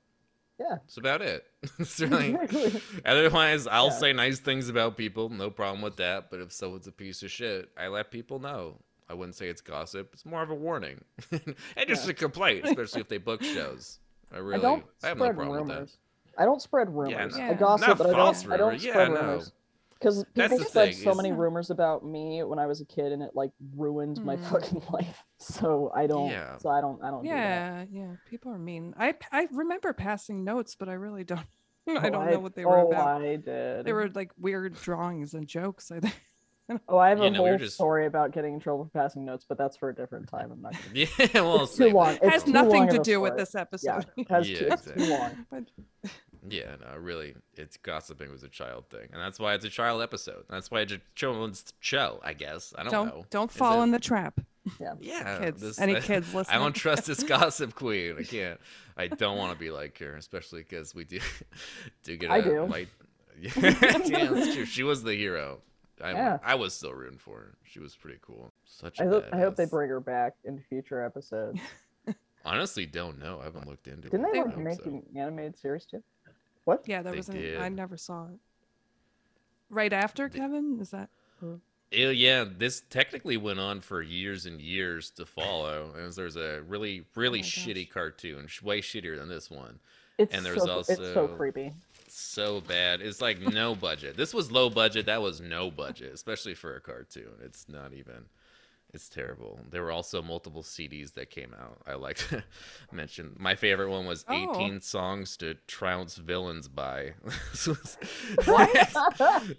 Speaker 4: Yeah.
Speaker 2: it's about it. [LAUGHS]
Speaker 4: [LAUGHS]
Speaker 2: It's really-
Speaker 4: Exactly.
Speaker 2: Otherwise, I'll
Speaker 4: Yeah.
Speaker 2: say nice things about people. No problem with that. But if someone's a piece of shit, I let people know. I wouldn't say it's gossip. It's more of a warning and just
Speaker 4: Yeah.
Speaker 2: a complaint, especially if they
Speaker 4: [LAUGHS]
Speaker 2: book shows. I really,
Speaker 4: I don't
Speaker 2: I have
Speaker 4: spread
Speaker 2: no problem with that.
Speaker 4: rumors. [LAUGHS] I don't spread rumors.
Speaker 3: no.
Speaker 4: I
Speaker 3: Yeah.
Speaker 4: gossip,
Speaker 2: Not
Speaker 4: but I
Speaker 2: false
Speaker 4: don't, I don't
Speaker 2: rumor. Yeah,
Speaker 4: spread
Speaker 2: no.
Speaker 4: rumors. Because
Speaker 2: That's
Speaker 4: people
Speaker 2: the
Speaker 4: spread
Speaker 2: thing,
Speaker 4: so
Speaker 2: is-
Speaker 4: many rumors about me when I was a kid, and it like ruined my
Speaker 3: Mm.
Speaker 4: fucking [LAUGHS] life. So I don't.
Speaker 2: Yeah.
Speaker 4: So I don't. I don't.
Speaker 3: yeah, yeah. People are mean. I I remember passing notes, but I really don't. [LAUGHS]
Speaker 4: Do that.
Speaker 3: I
Speaker 4: Oh,
Speaker 3: don't know what they were
Speaker 4: oh,
Speaker 3: about.
Speaker 4: I did.
Speaker 3: They were like weird drawings and jokes. I think.
Speaker 4: oh, I have
Speaker 2: You
Speaker 4: a
Speaker 2: know, we were
Speaker 4: whole
Speaker 2: just-
Speaker 4: story about getting in trouble for passing notes, but that's for a different time. I'm not. Gonna...
Speaker 2: [LAUGHS] Yeah,
Speaker 4: [LAUGHS]
Speaker 2: well,
Speaker 4: It's too
Speaker 2: same
Speaker 4: long.
Speaker 2: thing.
Speaker 4: It's
Speaker 3: has
Speaker 4: too
Speaker 3: nothing
Speaker 4: long
Speaker 3: to
Speaker 4: of a
Speaker 3: do with
Speaker 4: story.
Speaker 3: this episode.
Speaker 4: It has
Speaker 2: Yeah,
Speaker 4: too, it's
Speaker 2: exactly.
Speaker 4: too long.
Speaker 3: [LAUGHS] But
Speaker 2: yeah, no, really, it's gossiping was a child thing, and that's why it's a child episode. That's why it's a children's show, I guess. I don't,
Speaker 3: don't
Speaker 2: know.
Speaker 3: don't,
Speaker 2: Is
Speaker 3: fall
Speaker 2: it-
Speaker 3: in the trap,
Speaker 2: Yeah,
Speaker 3: kids.
Speaker 2: this-
Speaker 3: Any kids listening?
Speaker 2: [LAUGHS] I don't trust
Speaker 3: [LAUGHS]
Speaker 2: this gossip queen. I can't. I don't want to be like her, especially because we do [LAUGHS] do get. a
Speaker 4: I do. [LAUGHS]
Speaker 2: Light... [LAUGHS] yeah, that's true. She was the hero. I,
Speaker 4: Yeah.
Speaker 2: I was still rooting for her. She was pretty cool. Such.
Speaker 4: I
Speaker 2: a
Speaker 4: hope. I hope they
Speaker 2: badass.
Speaker 4: bring her back in future episodes.
Speaker 2: Honestly, don't know. I haven't looked into
Speaker 4: Didn't
Speaker 2: it.
Speaker 4: they
Speaker 2: I
Speaker 4: like
Speaker 2: hope
Speaker 4: make
Speaker 2: so.
Speaker 4: an animated series too? What?
Speaker 3: Yeah, there
Speaker 2: They
Speaker 3: was an. I
Speaker 2: did.
Speaker 3: never saw it. Right after
Speaker 2: They-
Speaker 4: [COUGHS]
Speaker 3: Kevin, is that?
Speaker 2: Ew, yeah, this technically went on for years and years to follow. As there's a really, really
Speaker 4: Oh
Speaker 3: my gosh.
Speaker 2: shitty cartoon, sh- way shittier than this one.
Speaker 4: It's
Speaker 2: And
Speaker 4: and
Speaker 2: there's
Speaker 4: so, it's so
Speaker 2: also-
Speaker 4: creepy.
Speaker 2: So bad. It's like no budget. This was low budget. That was no budget, especially for a cartoon. It's not even. It's terrible. There were also multiple CDs that came out. I like to [LAUGHS] mention my favorite one was
Speaker 3: Oh.
Speaker 2: 18 songs to trounce villains by. [LAUGHS] This was-
Speaker 4: How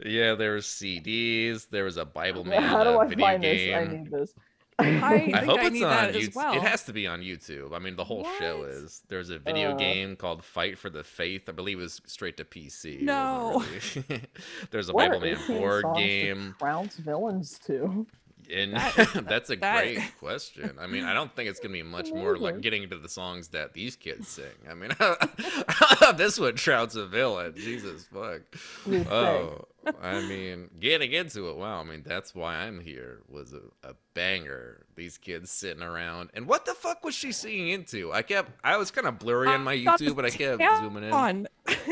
Speaker 2: yeah, there were CDs. There was a
Speaker 4: [LAUGHS]
Speaker 2: Bible man.
Speaker 4: do
Speaker 2: a
Speaker 4: I
Speaker 2: video
Speaker 4: find
Speaker 2: game.
Speaker 4: this? I need this.
Speaker 3: I
Speaker 2: I
Speaker 3: think
Speaker 2: hope
Speaker 3: I
Speaker 2: it's
Speaker 3: need
Speaker 2: on
Speaker 3: that
Speaker 2: YouTube.
Speaker 3: as well.
Speaker 2: It has to be on YouTube. I mean, the whole show
Speaker 3: What?
Speaker 2: is. There's a video
Speaker 4: Uh.
Speaker 2: game called Fight for the Faith. I believe it was straight to PC. It wasn't
Speaker 3: No. [LAUGHS]
Speaker 2: really- [LAUGHS] There's a
Speaker 4: What
Speaker 2: Bible Man
Speaker 4: are 18
Speaker 2: board
Speaker 4: songs to
Speaker 2: game,
Speaker 4: trounce villains to. [LAUGHS]
Speaker 2: and [LAUGHS]
Speaker 3: That-
Speaker 2: that's a
Speaker 3: that-
Speaker 2: great
Speaker 3: [LAUGHS]
Speaker 2: question. I mean, I don't think it's gonna be much more like
Speaker 4: Amazing.
Speaker 2: getting into the songs that these kids sing. I mean, [LAUGHS] this would trouts a villain. Jesus fuck.
Speaker 4: You'd think.
Speaker 2: Oh, I mean, getting into it. Wow, I mean, that's why I'm here. Was a, a banger. These kids sitting around, and what the fuck was she singing into? I kept, I was kind of blurry on my
Speaker 3: I thought
Speaker 2: YouTube, but I kept
Speaker 3: Yeah,
Speaker 2: zooming in.
Speaker 3: on. [LAUGHS]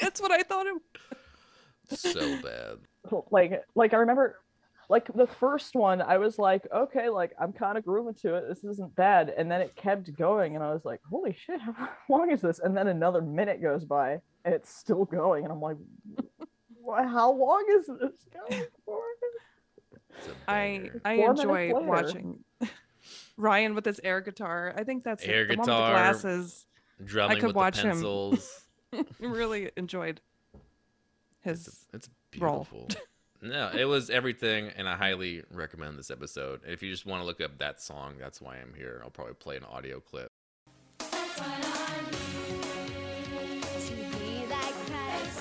Speaker 3: That's what I thought. It,
Speaker 2: So bad.
Speaker 4: like like I remember like the first one I was like okay like I'm kind of grooving to it this isn't bad and then it kept going and I was like holy shit [LAUGHS] how long is this and then another minute goes by and it's still going and I'm like wha- how long is this going for
Speaker 2: It's a
Speaker 3: I
Speaker 2: banger.
Speaker 3: I
Speaker 4: Four minutes
Speaker 3: enjoy
Speaker 4: later.
Speaker 3: watching [LAUGHS] Ryan with his air guitar. I think that's it,
Speaker 2: Air
Speaker 3: the one with
Speaker 2: guitar.
Speaker 3: the glasses.
Speaker 2: drumming
Speaker 3: could
Speaker 2: with
Speaker 3: watch
Speaker 2: the
Speaker 3: him.
Speaker 2: pencils.
Speaker 3: I really enjoyed
Speaker 2: It's
Speaker 3: his.
Speaker 2: it's
Speaker 3: [LAUGHS] role.
Speaker 2: beautiful. no, it was everything, and I highly recommend this episode. If you just want to look up that song, that's why I'm here. I'll probably play an audio clip.
Speaker 1: That's what I need to be like Christ.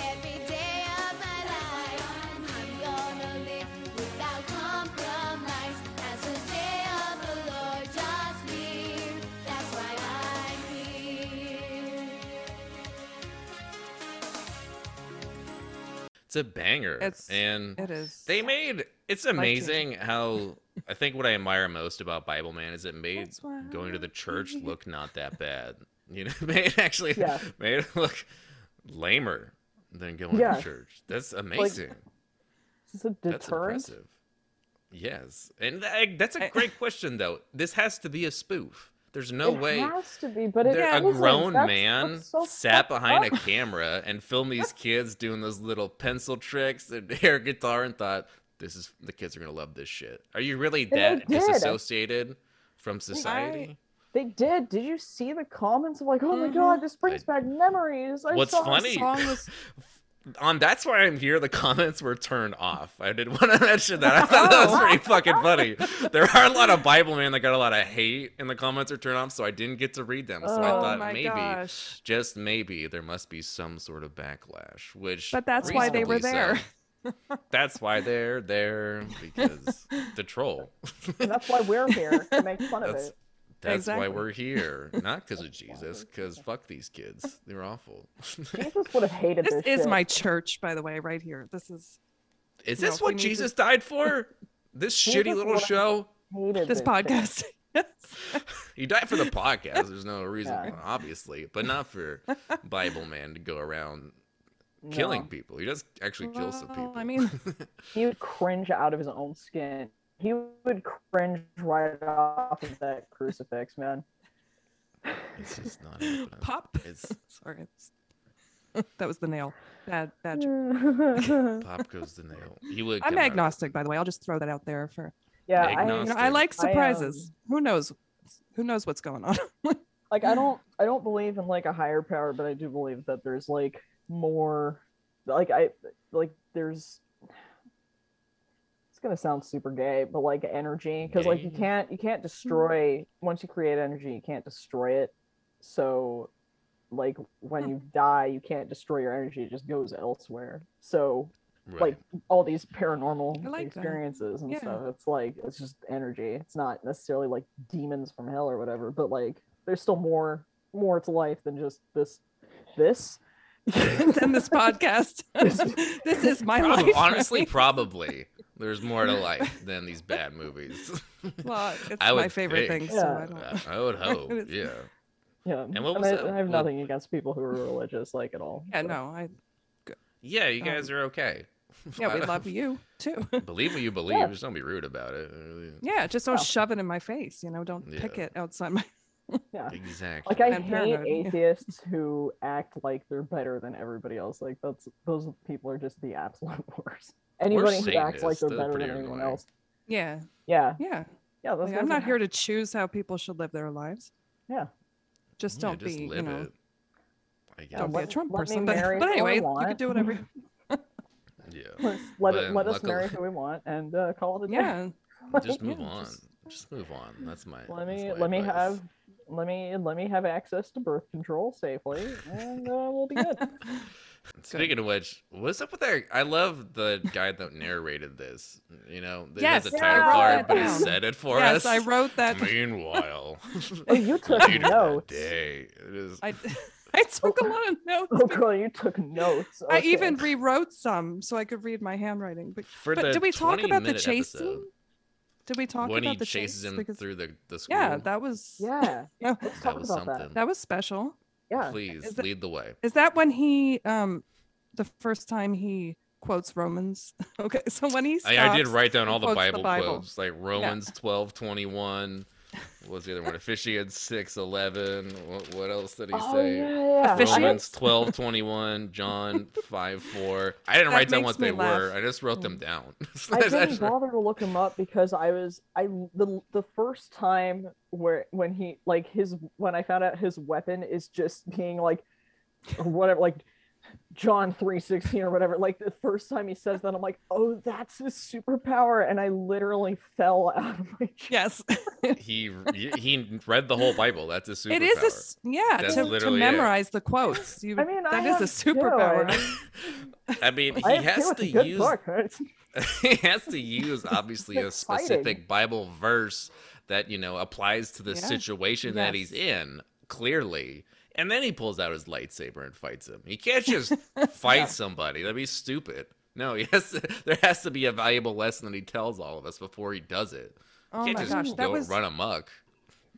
Speaker 1: Every day of my life, I'm gonna live without compromise. As the day of the Lord draws near, that's why I'm here.
Speaker 2: It's a banger.
Speaker 3: It's-
Speaker 2: and
Speaker 3: It is.
Speaker 2: They made it's amazing how I think what I admire most about Bible Man is it made
Speaker 3: That's why
Speaker 2: going to the
Speaker 4: [LAUGHS]
Speaker 2: church
Speaker 3: I'm
Speaker 2: look not that bad. You know, [LAUGHS] made it actually
Speaker 4: Yeah.
Speaker 2: made it look lamer than going
Speaker 4: Yeah.
Speaker 2: to church. That's amazing.
Speaker 4: is this a
Speaker 2: That's
Speaker 4: deterrent
Speaker 2: impressive. Yes, and that, that's a
Speaker 3: I-
Speaker 2: great question though. This has to be a spoof. There's no
Speaker 4: it
Speaker 2: way
Speaker 4: has to be but it
Speaker 2: there, a
Speaker 4: wasn't.
Speaker 2: grown
Speaker 4: That's-
Speaker 2: man
Speaker 4: that's so
Speaker 2: sat
Speaker 4: fucked
Speaker 2: behind
Speaker 4: up.
Speaker 2: a camera and filmed
Speaker 4: [LAUGHS]
Speaker 2: these kids doing those little pencil tricks and [LAUGHS] air guitar and thought, "This is the kids are gonna love this shit." Are you really
Speaker 4: they
Speaker 2: that
Speaker 4: did.
Speaker 2: disassociated from society?
Speaker 4: they did did you see the comments of like oh
Speaker 3: Mm-hmm.
Speaker 4: my god this brings
Speaker 2: I-
Speaker 4: back memories I
Speaker 2: What's
Speaker 4: saw
Speaker 2: funny? [LAUGHS]
Speaker 4: this
Speaker 3: song was-
Speaker 2: On that's why I'm here. The comments were turned off. I did [LAUGHS] want to mention that. I thought that
Speaker 4: Oh.
Speaker 2: was pretty fucking
Speaker 4: [LAUGHS]
Speaker 2: funny. There are a lot of Bible man that got a lot of hate, and the comments are turned off, so I didn't get to read them. So I
Speaker 4: Oh
Speaker 2: thought
Speaker 3: my
Speaker 2: maybe.
Speaker 3: gosh.
Speaker 2: Just maybe there must be some sort of backlash, which
Speaker 3: But that's why they were
Speaker 2: reasonably
Speaker 3: there.
Speaker 2: so. [LAUGHS] That's why they're there because the troll.
Speaker 4: And that's why we're here
Speaker 2: [LAUGHS]
Speaker 4: to make fun of
Speaker 2: That's-
Speaker 4: it.
Speaker 2: That's why
Speaker 3: Exactly.
Speaker 2: we're here, not because of Jesus. Because fuck these kids, they're awful. [LAUGHS]
Speaker 4: Jesus would have hated
Speaker 3: This
Speaker 4: this.
Speaker 3: is
Speaker 4: shit.
Speaker 3: my church, by the way, right here. This is
Speaker 2: Is
Speaker 3: No,
Speaker 2: this
Speaker 3: we
Speaker 2: what
Speaker 3: need to-
Speaker 2: Jesus died for?
Speaker 3: [LAUGHS]
Speaker 2: This shitty
Speaker 4: Jesus
Speaker 2: little
Speaker 4: would-
Speaker 2: show.
Speaker 4: hated
Speaker 3: this
Speaker 4: shit.
Speaker 3: podcast. [LAUGHS]
Speaker 2: He died for the podcast. There's no reason,
Speaker 4: Yeah.
Speaker 2: obviously, but not for Bible man to go
Speaker 3: [LAUGHS]
Speaker 2: around
Speaker 4: No.
Speaker 2: killing people. He does actually kill some people.
Speaker 3: Well, I mean,
Speaker 4: He would cringe out of his own skin. He would cringe right off of that crucifix, man.
Speaker 2: [LAUGHS] it's just not happening.
Speaker 3: pop.
Speaker 2: It's
Speaker 3: Sorry, [LAUGHS] it's- that was the nail. Bad, bad. joke.
Speaker 4: [LAUGHS] yeah,
Speaker 2: pop goes the nail. He would.
Speaker 3: I'm
Speaker 2: come out-
Speaker 3: agnostic, by the way. I'll just throw that out there for
Speaker 4: I,
Speaker 3: you know.
Speaker 2: Agnostic.
Speaker 3: I like
Speaker 4: I, um,
Speaker 3: surprises. Who knows? Who knows what's going on? [LAUGHS]
Speaker 4: like I don't I don't believe in like a higher power, but I do believe that there's like more like I like there's it's gonna sound super gay, but like energy because like you
Speaker 2: Gay?
Speaker 4: can't you can't destroy once you create energy you can't destroy it. So like when you die you can't destroy your energy it just goes elsewhere. So
Speaker 2: Right.
Speaker 4: like all these
Speaker 3: I
Speaker 4: paranormal
Speaker 3: like that.
Speaker 4: experiences and
Speaker 3: Yeah.
Speaker 4: stuff. It's like it's just energy. It's not necessarily like demons from hell or whatever, but like there's still more more to life than just this this.
Speaker 3: in this podcast. [LAUGHS] this
Speaker 2: [LAUGHS]
Speaker 3: is my
Speaker 2: Prob-
Speaker 3: life. [LAUGHS]
Speaker 2: honestly,
Speaker 3: right?
Speaker 2: probably there's more to life than these bad movies. [LAUGHS]
Speaker 3: well, it's
Speaker 2: I
Speaker 3: my
Speaker 2: would
Speaker 3: favorite
Speaker 2: think.
Speaker 3: thing. So I
Speaker 4: Yeah.
Speaker 3: don't.
Speaker 2: Uh,
Speaker 3: [LAUGHS]
Speaker 2: I would hope,
Speaker 3: It's-
Speaker 2: yeah.
Speaker 4: yeah.
Speaker 2: And what was
Speaker 4: I,
Speaker 2: that-
Speaker 4: I have
Speaker 2: what-
Speaker 4: nothing against people who are religious like at all.
Speaker 3: Yeah,
Speaker 4: but-
Speaker 3: no, I
Speaker 2: yeah, you
Speaker 3: Um,
Speaker 2: guys are okay. [LAUGHS]
Speaker 3: Yeah, we
Speaker 2: I
Speaker 3: love you too. [LAUGHS]
Speaker 2: don't- [LAUGHS] Believe what you believe.
Speaker 4: Yeah.
Speaker 2: Just don't be rude about it. Uh,
Speaker 3: Yeah, just don't
Speaker 4: Yeah.
Speaker 3: shove it in my face. You know, don't pick
Speaker 2: Yeah.
Speaker 3: it outside my. [LAUGHS]
Speaker 4: yeah
Speaker 2: Exactly.
Speaker 4: like i
Speaker 3: And
Speaker 4: hate
Speaker 3: paranoid, [LAUGHS] yeah.
Speaker 4: atheists who act like they're better than everybody else like that's those people are just the absolute [LAUGHS] worst anybody who acts like
Speaker 2: Satanists,
Speaker 4: they're
Speaker 2: they're
Speaker 4: better than
Speaker 2: pretty
Speaker 4: anyone
Speaker 2: annoying.
Speaker 4: else
Speaker 3: Yeah,
Speaker 4: yeah
Speaker 3: yeah.
Speaker 4: yeah those
Speaker 3: Like,
Speaker 4: guys
Speaker 3: I'm
Speaker 4: are-
Speaker 3: not here to choose how people should live their lives.
Speaker 4: Yeah.
Speaker 3: Just
Speaker 2: Yeah,
Speaker 3: don't be, you know,
Speaker 2: I guess.
Speaker 4: Yeah,
Speaker 3: don't be a
Speaker 4: let-
Speaker 3: Trump
Speaker 4: let me
Speaker 3: person. But,
Speaker 4: marry
Speaker 3: but
Speaker 4: who I
Speaker 3: anyway, you can
Speaker 4: want.
Speaker 3: do
Speaker 4: [LAUGHS]
Speaker 3: whatever. you-
Speaker 2: yeah.
Speaker 4: [LAUGHS] let, let,
Speaker 2: But
Speaker 4: let us
Speaker 2: luckily-
Speaker 4: marry who we want and uh, call it a day.
Speaker 3: Yeah,
Speaker 4: [LAUGHS]
Speaker 2: Just move
Speaker 3: Yeah,
Speaker 2: on. Just,
Speaker 3: just-
Speaker 2: move on. That's my.
Speaker 4: let
Speaker 2: that's
Speaker 4: me
Speaker 2: my
Speaker 4: let me
Speaker 2: advice.
Speaker 4: have let me let me have access to birth control safely and uh, we'll be good
Speaker 2: Speaking of which, what's up with that? I love the guy that narrated this. You know, it
Speaker 3: Yes,
Speaker 2: has a
Speaker 3: yeah,
Speaker 2: title
Speaker 3: I wrote
Speaker 2: card,
Speaker 3: that
Speaker 2: but
Speaker 3: down.
Speaker 2: he said it for
Speaker 3: yes,
Speaker 2: us.
Speaker 3: I wrote that.
Speaker 2: Meanwhile,
Speaker 4: oh you took
Speaker 2: later that
Speaker 4: notes
Speaker 2: day, it is.
Speaker 3: [LAUGHS] I I took a lot of notes.
Speaker 4: [LAUGHS] oh
Speaker 3: but
Speaker 4: girl you took notes
Speaker 3: I
Speaker 4: okay.
Speaker 3: even rewrote some so I could read my handwriting. But
Speaker 2: for
Speaker 3: but
Speaker 2: the
Speaker 3: did we talk about the
Speaker 2: 20-minute
Speaker 3: chasing?
Speaker 2: episode,
Speaker 3: did we talk
Speaker 2: when
Speaker 3: about
Speaker 2: he
Speaker 3: the
Speaker 2: chases
Speaker 3: chase?
Speaker 2: him
Speaker 3: Because-
Speaker 2: through the the school?
Speaker 3: yeah, that was
Speaker 2: [LAUGHS]
Speaker 4: yeah
Speaker 3: No.
Speaker 4: let's
Speaker 2: that
Speaker 4: talk
Speaker 2: was
Speaker 4: about
Speaker 2: something.
Speaker 3: that was special.
Speaker 4: that yeah
Speaker 2: Please
Speaker 3: Is it-
Speaker 2: lead the way.
Speaker 3: Is that when he um the first time he quotes Romans? [LAUGHS] okay, so when he stops,
Speaker 2: I, I did write down all the
Speaker 3: quotes the
Speaker 2: Bible,
Speaker 3: Bible.
Speaker 2: quotes, like Romans twelve twenty one. What was the
Speaker 3: [LAUGHS]
Speaker 2: other one? Ephesians six eleven. What, what else did he
Speaker 4: oh
Speaker 2: say?
Speaker 4: yeah, yeah.
Speaker 3: Efficient.
Speaker 2: Romans twelve twenty one, John 5 4. I didn't
Speaker 3: That
Speaker 2: write down
Speaker 3: makes
Speaker 2: what they
Speaker 3: me laugh.
Speaker 2: were. I just wrote them down. [LAUGHS] So
Speaker 4: I
Speaker 2: that's
Speaker 4: didn't
Speaker 2: actually-
Speaker 4: bother to look him up because I was I the the first time where when he like his when I found out his weapon is just being like or whatever like John 316 or whatever like the first time he says that I'm like oh that's his superpower and I literally fell out of my chair.
Speaker 3: Yes,
Speaker 2: he he read the whole Bible. That's his superpower.
Speaker 3: it is a s- yeah
Speaker 2: That's
Speaker 3: to, to
Speaker 2: literally it.
Speaker 3: memorize the quotes. You,
Speaker 4: I mean
Speaker 3: that
Speaker 4: I
Speaker 3: is
Speaker 4: am
Speaker 3: a superpower.
Speaker 4: too.
Speaker 2: I
Speaker 4: [LAUGHS]
Speaker 2: mean, he
Speaker 4: I am too.
Speaker 2: has
Speaker 4: It's a
Speaker 2: to
Speaker 4: good
Speaker 2: use
Speaker 4: book. [LAUGHS] It's-
Speaker 2: [LAUGHS] he has to use obviously a
Speaker 4: exciting.
Speaker 2: specific Bible verse that you know applies to the
Speaker 3: Yeah.
Speaker 2: situation that he's in clearly, and then he pulls out his lightsaber and fights him. He
Speaker 4: [LAUGHS]
Speaker 2: can't just fight somebody; that'd be stupid. No, he has to, [LAUGHS] there has to be a valuable lesson that he tells all of us before he does it.
Speaker 3: Oh
Speaker 2: can't
Speaker 3: my
Speaker 2: just
Speaker 3: gosh,
Speaker 2: go
Speaker 3: that was
Speaker 2: run amok.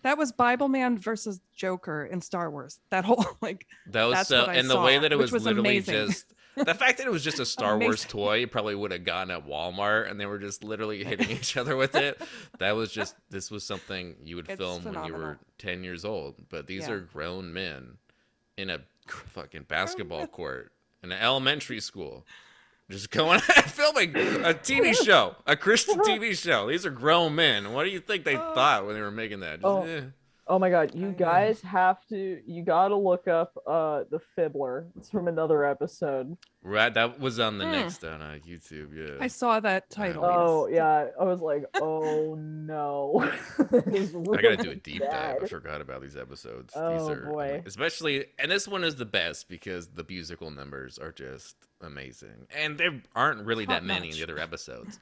Speaker 3: that was Bible Man versus Joker in Star Wars. That whole [LAUGHS] like
Speaker 2: That was
Speaker 3: That's
Speaker 2: so,
Speaker 3: what I
Speaker 2: and the way
Speaker 3: saw,
Speaker 2: that it
Speaker 3: which
Speaker 2: was,
Speaker 3: was
Speaker 2: literally
Speaker 3: amazing. [LAUGHS]
Speaker 2: just the fact that it was just a Star Wars
Speaker 3: Amazing.
Speaker 2: toy, probably would have gone at Walmart, and they were just literally hitting each other with it.
Speaker 3: [LAUGHS]
Speaker 2: That was just this was something you would
Speaker 3: It's
Speaker 2: film when you were
Speaker 3: phenomenal.
Speaker 2: ten years old, but these
Speaker 3: Yeah.
Speaker 2: are grown men in a fucking basketball court in an elementary school. Just going [LAUGHS] filming a
Speaker 3: [LAUGHS]
Speaker 2: TV show, a Christian TV show. These are grown men. What do you think they
Speaker 3: Oh.
Speaker 2: thought when they were making that? Just,
Speaker 4: Oh.
Speaker 2: eh.
Speaker 4: Oh my god, you
Speaker 3: I know.
Speaker 4: guys have to you gotta look up uh the fiddler. It's from another episode.
Speaker 2: Right, that was on the
Speaker 3: Hmm.
Speaker 2: next on uh, YouTube. Yeah,
Speaker 3: I saw that title. yes.
Speaker 2: [LAUGHS]
Speaker 4: Oh yeah. I was like, oh no. [LAUGHS]
Speaker 2: I gotta do a deep dive. I
Speaker 4: bad.
Speaker 2: forgot about these episodes. these
Speaker 4: Oh,
Speaker 2: are, ama-
Speaker 4: boy.
Speaker 2: especially and this one is the best because the musical numbers are just amazing, and there aren't really that many in the
Speaker 3: Top-notch.
Speaker 2: other episodes.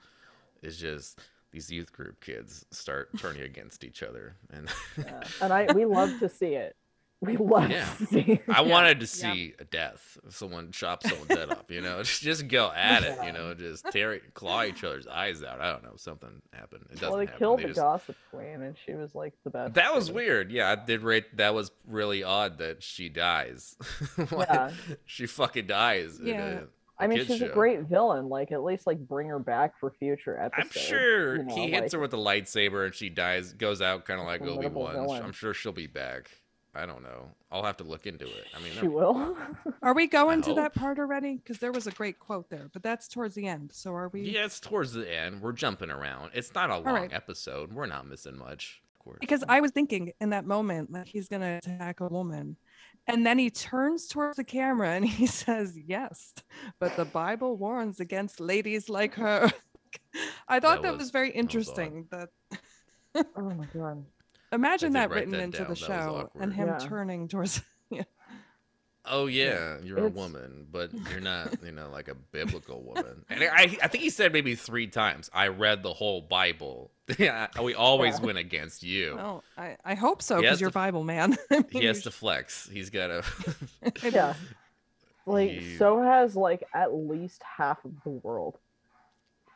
Speaker 2: It's just these youth group kids start turning against each other, and [LAUGHS]
Speaker 4: Yeah. And I we love to see it. We love
Speaker 2: Yeah.
Speaker 4: to see it.
Speaker 2: I wanted to
Speaker 3: yeah.
Speaker 2: see a death. if Someone chop someone's head off. You know, [LAUGHS] just, just go at it. You know, just tear, it- claw each other's eyes out. I don't know. Something happened. It doesn't
Speaker 4: Well, they
Speaker 2: happen.
Speaker 4: killed
Speaker 2: They
Speaker 4: the
Speaker 2: just-
Speaker 4: gossip queen and she was like the best.
Speaker 2: That was
Speaker 4: too.
Speaker 2: weird. [LAUGHS] Yeah, I did rate that was really odd that she dies. [LAUGHS] Like,
Speaker 4: Yeah.
Speaker 2: She fucking dies. in a-
Speaker 3: Yeah.
Speaker 4: I mean,
Speaker 2: kid
Speaker 4: she's a
Speaker 2: show.
Speaker 4: great villain. Like at least like bring her back for future
Speaker 2: I'm
Speaker 4: episodes.
Speaker 2: sure
Speaker 4: you know,
Speaker 2: he hits
Speaker 4: like-
Speaker 2: her with a lightsaber and she dies, goes out kind of like Obi
Speaker 4: Formidable
Speaker 2: Wan.
Speaker 4: villain.
Speaker 2: I'm sure she'll be back. I don't know. I'll have to look into it. I mean,
Speaker 4: she
Speaker 2: they're-
Speaker 4: will. [LAUGHS]
Speaker 3: Are we going to that
Speaker 2: hope.
Speaker 3: part already? Because there was a great quote there, but that's towards the end. So are we?
Speaker 2: yeah, it's towards the end. We're jumping around. It's not a long
Speaker 3: right.
Speaker 2: episode. We're not missing much. Of course.
Speaker 3: Because I was thinking in that moment, like he's going to attack a woman. And then he turns towards the camera and [LAUGHS] he says, Yes, but the Bible warns against ladies like her. [LAUGHS] I
Speaker 2: That
Speaker 3: thought that,
Speaker 2: was-
Speaker 3: was, very
Speaker 2: odd.
Speaker 3: interesting. That,
Speaker 4: oh my god.
Speaker 3: imagine
Speaker 2: did
Speaker 3: that
Speaker 2: write
Speaker 3: written
Speaker 2: that
Speaker 3: into
Speaker 2: down.
Speaker 3: the
Speaker 2: That was
Speaker 3: show
Speaker 2: awkward.
Speaker 3: and him
Speaker 4: Yeah.
Speaker 3: turning towards.
Speaker 2: Oh yeah, you're a
Speaker 4: It's-
Speaker 2: woman, but you're not, you know, like
Speaker 4: [LAUGHS]
Speaker 2: a biblical woman. And I, I think he said maybe three times. I read the whole Bible. [LAUGHS] Yeah, we always
Speaker 4: Yeah. Oh,
Speaker 2: went against you.
Speaker 3: [LAUGHS] Well, I, I hope so
Speaker 2: He
Speaker 3: because
Speaker 2: has
Speaker 3: you're
Speaker 2: to-
Speaker 3: Bible man. [LAUGHS] I mean,
Speaker 2: He
Speaker 3: you
Speaker 4: [LAUGHS]
Speaker 2: has to flex. He's got [LAUGHS] to.
Speaker 3: should-
Speaker 4: Yeah. Like
Speaker 2: You-
Speaker 4: so has like at least half of the world.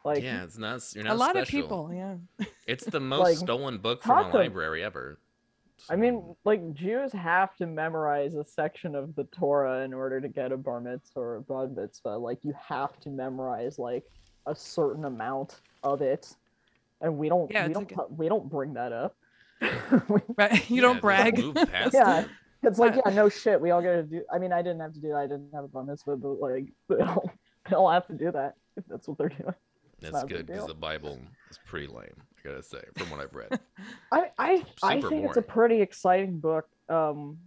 Speaker 4: Like
Speaker 2: yeah, it's not. You're not
Speaker 3: A lot
Speaker 2: special.
Speaker 3: of people, yeah.
Speaker 2: It's the most
Speaker 4: like,
Speaker 2: stolen book from a
Speaker 4: talk to-
Speaker 2: library ever.
Speaker 4: I mean, like Jews have to memorize a section of the Torah in order to get a bar mitzvah or a bat mitzvah. Like you have to memorize like a certain amount of it, and we don't.
Speaker 3: Yeah,
Speaker 4: we
Speaker 3: it's
Speaker 4: don't.
Speaker 3: like
Speaker 4: pu- we don't bring that up.
Speaker 3: Right? [LAUGHS] You
Speaker 2: Yeah,
Speaker 3: don't
Speaker 2: just
Speaker 3: brag.
Speaker 2: Move past
Speaker 4: [LAUGHS] Yeah.
Speaker 2: it.
Speaker 4: it's like
Speaker 3: Yeah.
Speaker 4: yeah, no shit. We all got to do. I mean, I didn't have to do that. I didn't have a bar mitzvah, but like [LAUGHS] they all, they all have to do that if that's what they're doing.
Speaker 2: That's
Speaker 4: not a big
Speaker 2: good because
Speaker 4: deal.
Speaker 2: the Bible is pretty lame. I gotta say, from what I've read,
Speaker 4: I I, I
Speaker 2: Super
Speaker 4: think it's a
Speaker 2: boring.
Speaker 4: pretty exciting book. Um,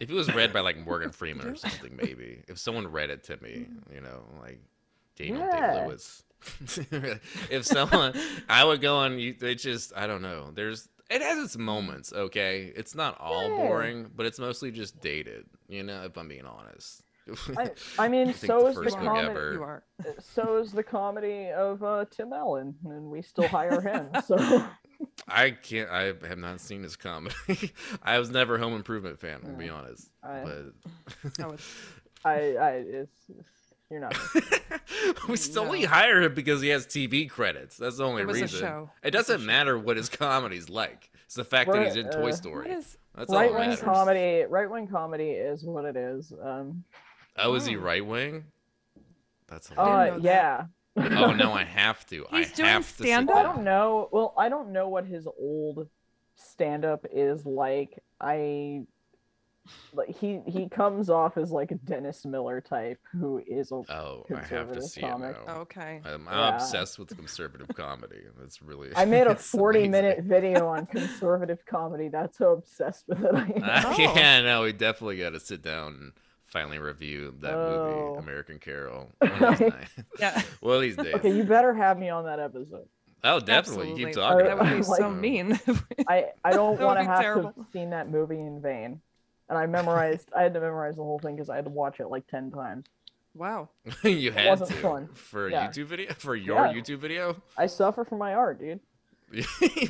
Speaker 2: if it was read by like Morgan Freeman or something, maybe if someone read it to me, you know, like Daniel
Speaker 4: Yeah.
Speaker 2: Day Lewis. [LAUGHS] if someone, I would go on. You, it just, I don't know. There's, it has its moments. Okay, it's not all
Speaker 4: Yeah.
Speaker 2: boring, but it's mostly just dated. You know, if I'm being honest.
Speaker 4: I, I mean,
Speaker 2: think
Speaker 4: so
Speaker 2: the
Speaker 4: is the
Speaker 2: first book
Speaker 4: comic.
Speaker 2: ever.
Speaker 3: You are.
Speaker 4: so is the comedy of uh, Tim Allen, and we still hire him.
Speaker 3: [LAUGHS]
Speaker 4: So
Speaker 2: [LAUGHS] I can't. I have not seen his comedy. [LAUGHS] I was never a Home Improvement fan. I'll be
Speaker 4: Yeah.
Speaker 2: honest.
Speaker 4: I,
Speaker 2: But [LAUGHS]
Speaker 3: Oh, it's
Speaker 4: I, I it's, it's- you're not.
Speaker 2: we still only
Speaker 3: No.
Speaker 2: hire him because he has TV credits. That's the only
Speaker 3: it was
Speaker 2: reason.
Speaker 3: a show.
Speaker 2: It
Speaker 3: was a
Speaker 2: doesn't
Speaker 3: show.
Speaker 2: matter what his [LAUGHS] comedy's like. It's the fact that he's in
Speaker 4: Right,
Speaker 2: Toy
Speaker 4: uh,
Speaker 3: What
Speaker 2: Story.
Speaker 3: is?
Speaker 2: That's all
Speaker 4: Right
Speaker 2: that
Speaker 4: wing
Speaker 2: matters.
Speaker 3: com-
Speaker 4: comedy, right wing comedy is what it is. Um,
Speaker 2: oh, is he
Speaker 3: Oh.
Speaker 2: right wing? That's
Speaker 4: uh,
Speaker 2: hilarious.
Speaker 3: know
Speaker 4: [LAUGHS]
Speaker 3: that.
Speaker 4: yeah.
Speaker 2: oh no, I have to.
Speaker 3: He's
Speaker 2: I
Speaker 3: doing
Speaker 2: have to sit
Speaker 3: stand-up?
Speaker 4: I
Speaker 2: down.
Speaker 4: don't know. Well, I don't know what his old stand up is like. I like he he comes off as like a Dennis Miller type who is a
Speaker 2: Oh, I have to
Speaker 4: Conservative
Speaker 2: see
Speaker 4: comic.
Speaker 2: it now.
Speaker 3: Okay.
Speaker 2: I'm, I'm
Speaker 4: Yeah.
Speaker 2: obsessed with conservative comedy. That's really. [LAUGHS]
Speaker 4: I made a
Speaker 2: it's
Speaker 4: 40
Speaker 2: amazing. [LAUGHS]
Speaker 4: minute [LAUGHS] video on conservative comedy. That's how obsessed with it [LAUGHS] I
Speaker 2: [LAUGHS]
Speaker 4: am.
Speaker 2: Uh,
Speaker 3: Oh.
Speaker 2: Yeah, no, we definitely got to sit down and finally review that
Speaker 4: Oh.
Speaker 2: movie, American Carol. One
Speaker 4: [LAUGHS]
Speaker 2: of these nights.
Speaker 3: Yeah.
Speaker 2: [LAUGHS] One of these days.
Speaker 4: Okay, you better have me on that episode.
Speaker 2: Oh, definitely. You keep
Speaker 3: Absolutely.
Speaker 2: talking.
Speaker 3: That
Speaker 2: about
Speaker 3: would be
Speaker 2: it.
Speaker 3: so
Speaker 2: Um,
Speaker 3: mean. [LAUGHS]
Speaker 4: I, I don't
Speaker 3: That would
Speaker 4: want to
Speaker 3: be
Speaker 4: have
Speaker 3: terrible.
Speaker 4: to have seen that movie in vain. And I memorized, I had to memorize the whole thing because I had to watch it like 10 times.
Speaker 3: wow.
Speaker 2: [LAUGHS] you had
Speaker 4: wasn't
Speaker 2: to
Speaker 4: fun.
Speaker 2: for a
Speaker 4: Yeah.
Speaker 2: YouTube video for your
Speaker 4: Yeah.
Speaker 2: YouTube video. [LAUGHS]
Speaker 4: I suffer from my art, dude.
Speaker 3: You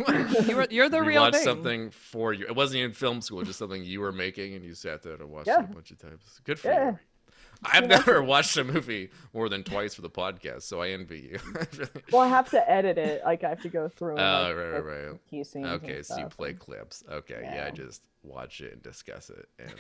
Speaker 3: were, you're the
Speaker 2: you
Speaker 3: real
Speaker 2: watched
Speaker 3: thing.
Speaker 2: something for you. It wasn't even film school, just something you were making, and you sat there and watched
Speaker 4: Yeah.
Speaker 2: it a bunch of times. Good for
Speaker 4: Yeah.
Speaker 2: you. I've
Speaker 4: You know?
Speaker 2: never watched a movie more than twice for the podcast, so I envy you. [LAUGHS]
Speaker 4: Well, I have to edit it. Like, I have to go through and
Speaker 2: Oh,
Speaker 4: like,
Speaker 2: right,
Speaker 4: pick
Speaker 2: right, right.
Speaker 4: key scenes. and
Speaker 2: Okay, so you
Speaker 4: stuff.
Speaker 2: play clips. Okay, yeah. I
Speaker 4: Yeah.
Speaker 2: just watch it and discuss it. And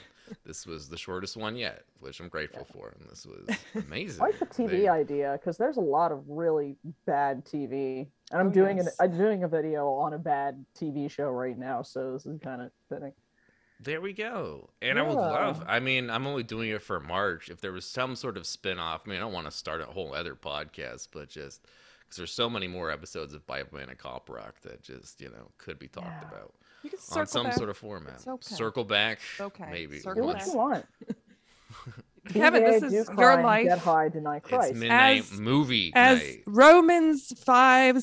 Speaker 2: this was the shortest one yet, which I'm grateful for. And this
Speaker 4: [LAUGHS]
Speaker 2: was amazing.
Speaker 4: I like the TV
Speaker 2: They-
Speaker 4: idea because there's a lot of really bad TV, and I'm
Speaker 3: Oh,
Speaker 4: doing
Speaker 3: yes.
Speaker 4: an, I'm doing a video on a bad TV show right now, so this is kind of fitting.
Speaker 2: There we go. And I would love, I mean, I'm only doing it for March. If there was some sort of spin off, I mean, I don't want to start a whole other podcast, but just because there's so many more episodes of Bible and Cop Rock that just, you know, could be talked
Speaker 4: Yeah.
Speaker 2: about
Speaker 3: You can
Speaker 2: on
Speaker 3: circle
Speaker 2: some
Speaker 3: back.
Speaker 2: sort of format.
Speaker 3: It's okay.
Speaker 2: Circle back.
Speaker 3: okay.
Speaker 2: Maybe.
Speaker 4: Do
Speaker 3: Circle
Speaker 4: what
Speaker 3: back.
Speaker 4: you want.
Speaker 3: [LAUGHS]
Speaker 4: [LAUGHS]
Speaker 3: Kevin,
Speaker 4: BJ,
Speaker 3: this is
Speaker 4: do
Speaker 3: your
Speaker 4: crime, Get
Speaker 3: life
Speaker 4: high, deny Christ.
Speaker 2: It's midnight
Speaker 3: As-
Speaker 2: movie
Speaker 3: As
Speaker 2: night.
Speaker 3: Romans 5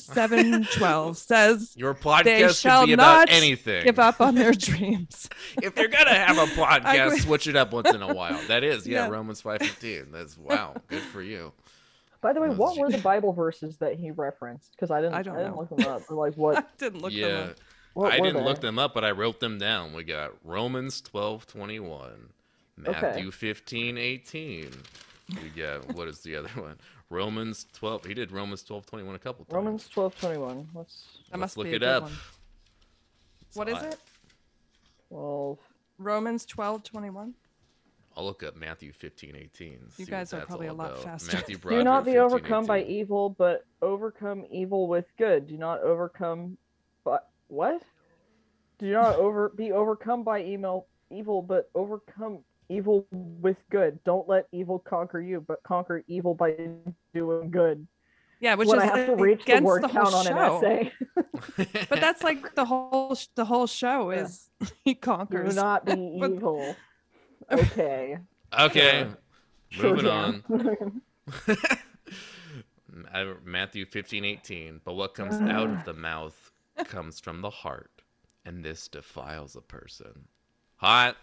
Speaker 2: [LAUGHS]
Speaker 3: 7 12 says,
Speaker 2: Your podcast
Speaker 3: shall
Speaker 2: can be about
Speaker 3: not
Speaker 2: anything.
Speaker 3: give up
Speaker 2: [LAUGHS]
Speaker 3: on their dreams. [LAUGHS]
Speaker 2: if you're gonna have a podcast,
Speaker 3: agree.
Speaker 2: switch it up once in a while. That is, yeah,
Speaker 3: Yeah.
Speaker 2: Romans five fifteen. That's wow, good for you.
Speaker 4: By the way,
Speaker 2: No,
Speaker 4: what
Speaker 2: it's-
Speaker 3: [LAUGHS]
Speaker 4: were the Bible verses that he referenced? Because I didn't,
Speaker 3: I
Speaker 4: I,
Speaker 3: don't
Speaker 4: didn't
Speaker 3: know.
Speaker 4: look them up. Like
Speaker 3: I [LAUGHS]
Speaker 4: what?
Speaker 3: didn't look
Speaker 2: yeah,
Speaker 3: them up.
Speaker 4: what
Speaker 2: I
Speaker 4: were
Speaker 2: didn't look
Speaker 4: they?
Speaker 2: them up, but I wrote them down. We got Romans twelve twenty one,
Speaker 4: Okay.
Speaker 2: Matthew fifteen eighteen. We got what is the other [LAUGHS] one? Romans twelve. He did Romans twelve twenty one a couple times.
Speaker 4: Romans twelve twenty one. What's
Speaker 2: Let's
Speaker 3: That must
Speaker 2: look
Speaker 3: be a
Speaker 2: it
Speaker 3: good
Speaker 2: up.
Speaker 3: one.
Speaker 2: It's
Speaker 3: What
Speaker 2: a
Speaker 3: is
Speaker 2: lot.
Speaker 3: it?
Speaker 4: twelve?
Speaker 3: Romans 12 21.
Speaker 2: I'll look up Matthew fifteen eighteen. see what
Speaker 3: guys are
Speaker 2: that's
Speaker 3: probably a
Speaker 2: all
Speaker 3: lot
Speaker 2: about.
Speaker 3: faster.
Speaker 2: Matthew
Speaker 3: [LAUGHS]
Speaker 4: Do
Speaker 2: Broderick,
Speaker 4: not be
Speaker 2: 15,
Speaker 4: overcome by
Speaker 2: 18.
Speaker 4: evil, but overcome evil with good. Do not overcome, but what? Do not over be overcome by email evil, but overcome evil with good. Don't let evil conquer you, but conquer evil by doing good.
Speaker 3: Yeah, which
Speaker 4: when
Speaker 3: is
Speaker 4: I have to reach
Speaker 3: against
Speaker 4: the word
Speaker 3: the whole
Speaker 4: count on an
Speaker 3: show.
Speaker 4: essay,
Speaker 3: e-
Speaker 2: [LAUGHS]
Speaker 3: [LAUGHS] but that's
Speaker 4: [LAUGHS]
Speaker 3: like the whole sh- the whole show
Speaker 4: Yeah.
Speaker 3: is [LAUGHS] he
Speaker 4: do
Speaker 3: conquers.
Speaker 4: not
Speaker 3: [LAUGHS]
Speaker 4: be
Speaker 3: But-
Speaker 4: evil. Okay.
Speaker 2: okay.
Speaker 3: [LAUGHS]
Speaker 2: [LAUGHS]
Speaker 4: Yeah.
Speaker 2: Moving on.
Speaker 4: [LAUGHS] Sure, John.
Speaker 2: I- Matthew fifteen eighteen. But what comes out of the mouth comes from the heart, and this defiles a person. Hot.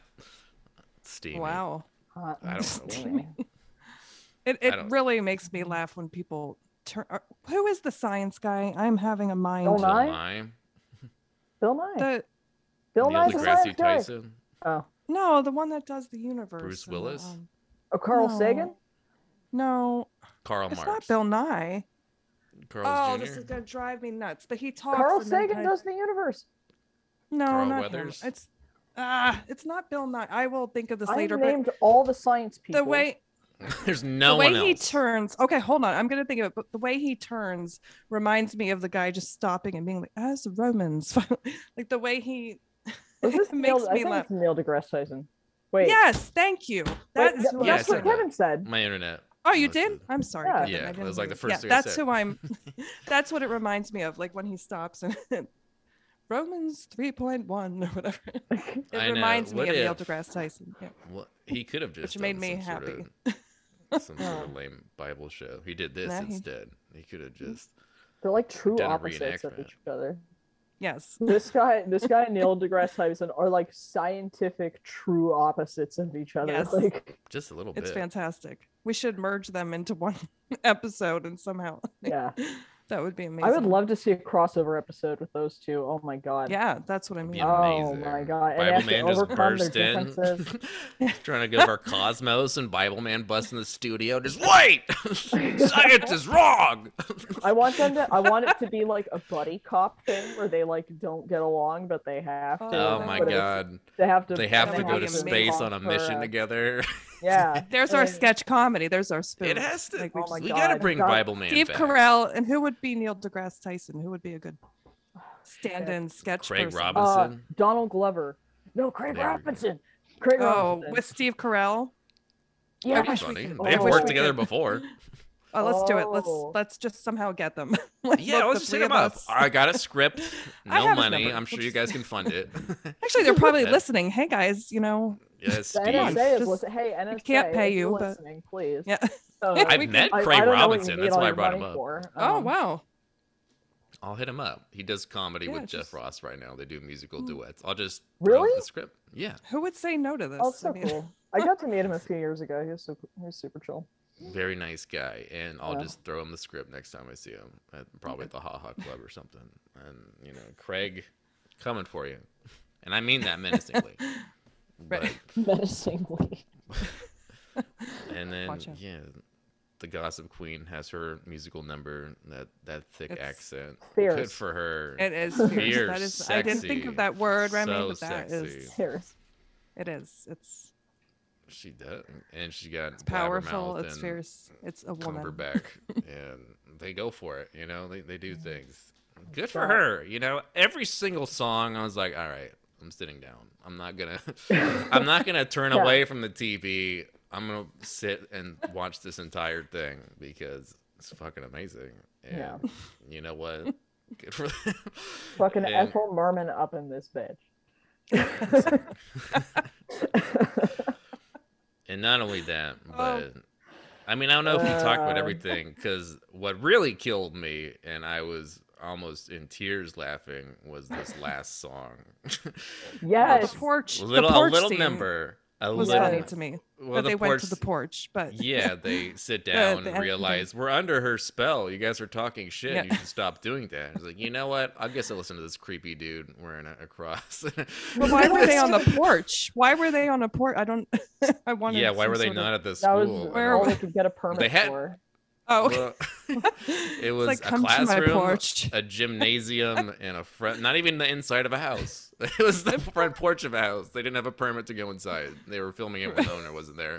Speaker 2: Steamy.
Speaker 3: wow.
Speaker 4: Hot
Speaker 2: I don't know.
Speaker 4: steamy.
Speaker 3: It
Speaker 2: I
Speaker 3: it
Speaker 2: don't-
Speaker 3: really makes me laugh when people turn uh, who is the science guy? I'm having a mind.
Speaker 4: Bill
Speaker 2: Bill
Speaker 4: Nye?
Speaker 2: Nye,
Speaker 4: Bill Nye.
Speaker 3: The
Speaker 4: Bill
Speaker 2: Neil
Speaker 4: Nye's alive.
Speaker 2: deGrasse
Speaker 4: guys.
Speaker 2: Tyson,
Speaker 4: Oh,
Speaker 3: no, the one that does the universe.
Speaker 2: Bruce
Speaker 3: and the,
Speaker 2: Willis?
Speaker 3: um,
Speaker 4: oh, Carl
Speaker 3: No.
Speaker 4: Sagan.
Speaker 3: no,
Speaker 2: Karl
Speaker 3: it's not
Speaker 2: Marx,
Speaker 3: Bill Nye. oh,
Speaker 2: Carl's
Speaker 3: this
Speaker 2: Jr.
Speaker 3: is gonna drive me nuts. But he talks.
Speaker 4: Carl
Speaker 3: and then
Speaker 4: Sagan
Speaker 3: I-
Speaker 4: does the universe.
Speaker 3: No,
Speaker 2: Carl
Speaker 3: not
Speaker 2: Weathers?
Speaker 3: him. It's Ah, it's not Bill Nye. I will think of this
Speaker 4: I
Speaker 3: later.
Speaker 4: named all the science
Speaker 3: but
Speaker 4: people.
Speaker 3: the way
Speaker 2: [LAUGHS] There's no
Speaker 3: the way
Speaker 2: one else.
Speaker 3: he turns. Okay, hold on. I'm gonna think of it. But the way he turns reminds me of the guy just stopping and being like, "As the Romans," [LAUGHS] like the way he.
Speaker 4: was
Speaker 3: [LAUGHS]
Speaker 4: this
Speaker 3: it
Speaker 4: Neil,
Speaker 3: makes
Speaker 4: I
Speaker 3: me
Speaker 4: think
Speaker 3: laugh.
Speaker 4: it's Neil deGrasse Tyson. Wait,
Speaker 3: Yes, thank you.
Speaker 4: wait,
Speaker 3: That is
Speaker 4: th-
Speaker 3: who
Speaker 2: Yeah,
Speaker 3: I
Speaker 4: that's
Speaker 2: said
Speaker 4: what
Speaker 3: was.
Speaker 2: that.
Speaker 4: Kevin said.
Speaker 2: My internet.
Speaker 3: Oh, you
Speaker 2: Melissa.
Speaker 3: did?
Speaker 2: [LAUGHS]
Speaker 3: I'm sorry.
Speaker 4: Yeah.
Speaker 3: Kevin,
Speaker 2: Yeah,
Speaker 3: I
Speaker 2: that
Speaker 3: didn't
Speaker 2: was, like,
Speaker 3: hear
Speaker 2: the
Speaker 3: you.
Speaker 2: first
Speaker 3: Yeah,
Speaker 2: thing I
Speaker 3: that's
Speaker 2: said. [LAUGHS]
Speaker 3: who I'm. that's what it reminds me of. Like when he stops and [LAUGHS] Romans 3.1 or whatever. [LAUGHS] It
Speaker 2: I know.
Speaker 3: reminds me
Speaker 2: What
Speaker 3: of Neil
Speaker 2: if-
Speaker 3: deGrasse Tyson. Yeah.
Speaker 2: Well, he could have just
Speaker 3: Which made
Speaker 2: done
Speaker 3: me
Speaker 2: some sort
Speaker 3: happy.
Speaker 2: of-
Speaker 3: [LAUGHS]
Speaker 2: some sort
Speaker 4: Yeah.
Speaker 2: of lame Bible show. He did this
Speaker 3: No, he-
Speaker 2: instead. He could have just.
Speaker 4: They're like true
Speaker 2: Done a
Speaker 4: opposites of
Speaker 2: reenactment.
Speaker 4: each other.
Speaker 3: Yes.
Speaker 4: This guy, this guy, and Neil deGrasse Tyson are like scientific true opposites of each other.
Speaker 3: Yes.
Speaker 4: Like,
Speaker 2: Just a little
Speaker 3: It's
Speaker 2: bit.
Speaker 3: fantastic. We should merge them into one [LAUGHS] episode and somehow
Speaker 4: yeah,
Speaker 3: [LAUGHS] that would be amazing.
Speaker 4: I would love to see a crossover episode with those two. Oh my god.
Speaker 3: Yeah, that's what I mean.
Speaker 2: Be
Speaker 4: Oh
Speaker 2: amazing.
Speaker 4: my God, and they
Speaker 2: Bible
Speaker 4: have to
Speaker 2: Man just
Speaker 4: overcome their
Speaker 2: burst in,
Speaker 4: differences.
Speaker 2: [LAUGHS]
Speaker 4: [LAUGHS]
Speaker 2: trying to go over Cosmos, and Bible Man busts in the studio. Just wait, [LAUGHS] science is
Speaker 4: [LAUGHS]
Speaker 2: wrong. Oh
Speaker 4: I want them to. I want it to be like a buddy cop thing where they like don't get along, but they have to.
Speaker 2: Oh
Speaker 3: Yeah,
Speaker 2: my
Speaker 4: but it's-
Speaker 2: god,
Speaker 4: They have to.
Speaker 2: they have
Speaker 3: they
Speaker 2: to
Speaker 3: have
Speaker 2: go to
Speaker 3: to make
Speaker 2: space on
Speaker 4: conquer
Speaker 2: a mission together.
Speaker 4: [LAUGHS]
Speaker 2: [LAUGHS]
Speaker 4: Yeah.
Speaker 3: There's our
Speaker 4: Uh,
Speaker 3: sketch comedy. There's our spoof.
Speaker 2: It has to.
Speaker 3: Like we
Speaker 2: we
Speaker 3: just- Oh my
Speaker 2: gotta
Speaker 4: God,
Speaker 2: bring
Speaker 4: God.
Speaker 2: Bible Man
Speaker 3: Steve
Speaker 2: back.
Speaker 3: Carell and who would be Neil deGrasse Tyson? Who would be a good stand-in sketch
Speaker 2: Craig
Speaker 3: person?
Speaker 2: Robinson.
Speaker 4: Uh, Donald Glover. No, Craig
Speaker 2: There we go.
Speaker 4: Robinson. Craig
Speaker 3: Oh,
Speaker 4: Robinson.
Speaker 3: with Steve Carell.
Speaker 4: yeah.
Speaker 2: That'd be
Speaker 3: wish we
Speaker 2: funny.
Speaker 3: could-
Speaker 2: They've
Speaker 4: Oh, I wish
Speaker 2: worked
Speaker 4: we
Speaker 2: together
Speaker 3: could.
Speaker 4: [LAUGHS]
Speaker 2: before.
Speaker 3: Oh, let's do it. Let's
Speaker 4: Oh.
Speaker 3: let's just somehow get them. [LAUGHS] Let's
Speaker 2: Yeah,
Speaker 3: look,
Speaker 2: let's
Speaker 3: the
Speaker 2: just hit
Speaker 3: three
Speaker 2: him
Speaker 3: of
Speaker 2: up.
Speaker 3: us.
Speaker 2: I got a
Speaker 4: [LAUGHS]
Speaker 2: script,
Speaker 3: I
Speaker 2: no
Speaker 3: have his
Speaker 2: money.
Speaker 3: number.
Speaker 2: I'm sure you guys can fund it.
Speaker 3: Actually, they're probably
Speaker 2: Yeah.
Speaker 3: listening. Hey guys, you know,
Speaker 2: yes,
Speaker 4: The
Speaker 2: Steve.
Speaker 4: NSA is
Speaker 3: Just-
Speaker 4: listen- Hey, NSA.
Speaker 3: we can't pay
Speaker 4: if you're
Speaker 3: you, but-
Speaker 4: listening, please.
Speaker 3: yeah.
Speaker 2: [LAUGHS]
Speaker 4: So,
Speaker 3: If
Speaker 2: I've
Speaker 3: we can-
Speaker 2: met
Speaker 4: I- I
Speaker 2: Craig
Speaker 4: don't know what you
Speaker 2: Robinson.
Speaker 4: need
Speaker 2: That's
Speaker 4: all
Speaker 2: why I
Speaker 4: your
Speaker 2: brought him
Speaker 4: money
Speaker 2: up.
Speaker 4: for,
Speaker 3: Oh
Speaker 4: um,
Speaker 3: wow.
Speaker 2: I'll hit him up. He does comedy with
Speaker 3: Yeah,
Speaker 2: Jeff
Speaker 3: just-
Speaker 2: Ross right now. They do musical
Speaker 3: Mm.
Speaker 2: duets. I'll just throw
Speaker 4: Really?
Speaker 2: the script. Yeah,
Speaker 3: Who would say no to this?
Speaker 4: Oh, so
Speaker 3: I mean,
Speaker 4: cool. I got to meet him a few years ago. He was so cool. he was super
Speaker 3: [LAUGHS]
Speaker 4: chill.
Speaker 2: very nice guy, and I'll
Speaker 4: Yeah.
Speaker 2: just throw him the script next time I see him, at, probably at the Ha Ha Club or something. And you know, Craig, coming for you, and I mean that
Speaker 3: [LAUGHS]
Speaker 2: menacingly. But
Speaker 3: Right.
Speaker 4: Menacingly.
Speaker 2: and then
Speaker 3: Watch out.
Speaker 2: yeah, the Gossip Queen has her musical number. That that thick
Speaker 3: It's
Speaker 2: accent, good
Speaker 4: fierce.
Speaker 2: for her.
Speaker 3: It is fierce.
Speaker 2: Fierce,
Speaker 3: that is. I didn't think
Speaker 2: sexy,
Speaker 3: of that word, Remy,
Speaker 2: so
Speaker 3: but that is.
Speaker 2: sexy.
Speaker 4: Serious.
Speaker 3: It is. It's
Speaker 2: She does, and she got
Speaker 3: it's powerful.
Speaker 2: blabbermouth
Speaker 3: It's
Speaker 2: and
Speaker 3: fierce. It's a woman.
Speaker 4: [LAUGHS]
Speaker 2: Cumberbatch, and they go for it. You know, they they do things. Good for
Speaker 4: Yeah.
Speaker 2: her. You know, every single song, I was like, all right, I'm sitting down. I'm not
Speaker 4: [LAUGHS]
Speaker 2: gonna, I'm not gonna turn
Speaker 4: Yeah.
Speaker 2: away from the TV. I'm gonna sit and watch this entire thing because it's fucking amazing. And
Speaker 4: Yeah.
Speaker 2: you know what? Good
Speaker 4: [LAUGHS]
Speaker 2: for them.
Speaker 4: Fucking
Speaker 2: And-
Speaker 4: Ethel Merman up in this bitch.
Speaker 2: And not only that,
Speaker 3: Oh.
Speaker 2: but I mean, I don't know if we talked about
Speaker 4: Uh.
Speaker 2: everything because what really killed me, and I was almost in tears laughing, was this last [LAUGHS] song.
Speaker 3: Well,
Speaker 4: yes.
Speaker 3: the porch.
Speaker 2: little,
Speaker 3: the
Speaker 2: a
Speaker 3: porch
Speaker 2: little
Speaker 3: scene
Speaker 2: number, a
Speaker 3: was
Speaker 2: little.
Speaker 3: funny to me.
Speaker 2: well,
Speaker 3: that they went to the
Speaker 2: porch- [LAUGHS]
Speaker 3: porch, but [LAUGHS]
Speaker 2: yeah, they sit down
Speaker 3: the
Speaker 2: and
Speaker 3: ending.
Speaker 2: realize we're under her spell. You guys are talking shit.
Speaker 3: Yeah.
Speaker 2: You should stop doing that. It's like, you know what? I guess I'll listen to this creepy dude wearing a, a cross.
Speaker 3: But why were they on
Speaker 2: [LAUGHS]
Speaker 3: the porch? Why were they on a porch? I don't. [LAUGHS] I wanted.
Speaker 2: Yeah, why
Speaker 3: some
Speaker 2: were they
Speaker 3: sort of-
Speaker 2: not at the
Speaker 4: That
Speaker 2: school?
Speaker 4: was
Speaker 2: at
Speaker 3: Where
Speaker 2: all?
Speaker 4: all they could get a permit
Speaker 2: They had- [LAUGHS]
Speaker 4: for.
Speaker 3: Oh, okay.
Speaker 2: Well, it was
Speaker 3: [LAUGHS] it's like
Speaker 2: a
Speaker 3: come to my
Speaker 2: classroom,
Speaker 3: porch.
Speaker 2: a gymnasium,
Speaker 4: [LAUGHS]
Speaker 2: and a front. Not even the inside of a house. [LAUGHS] It was the front porch of a house. They didn't have a permit to go inside. They were filming it
Speaker 4: [LAUGHS]
Speaker 2: when the owner wasn't there.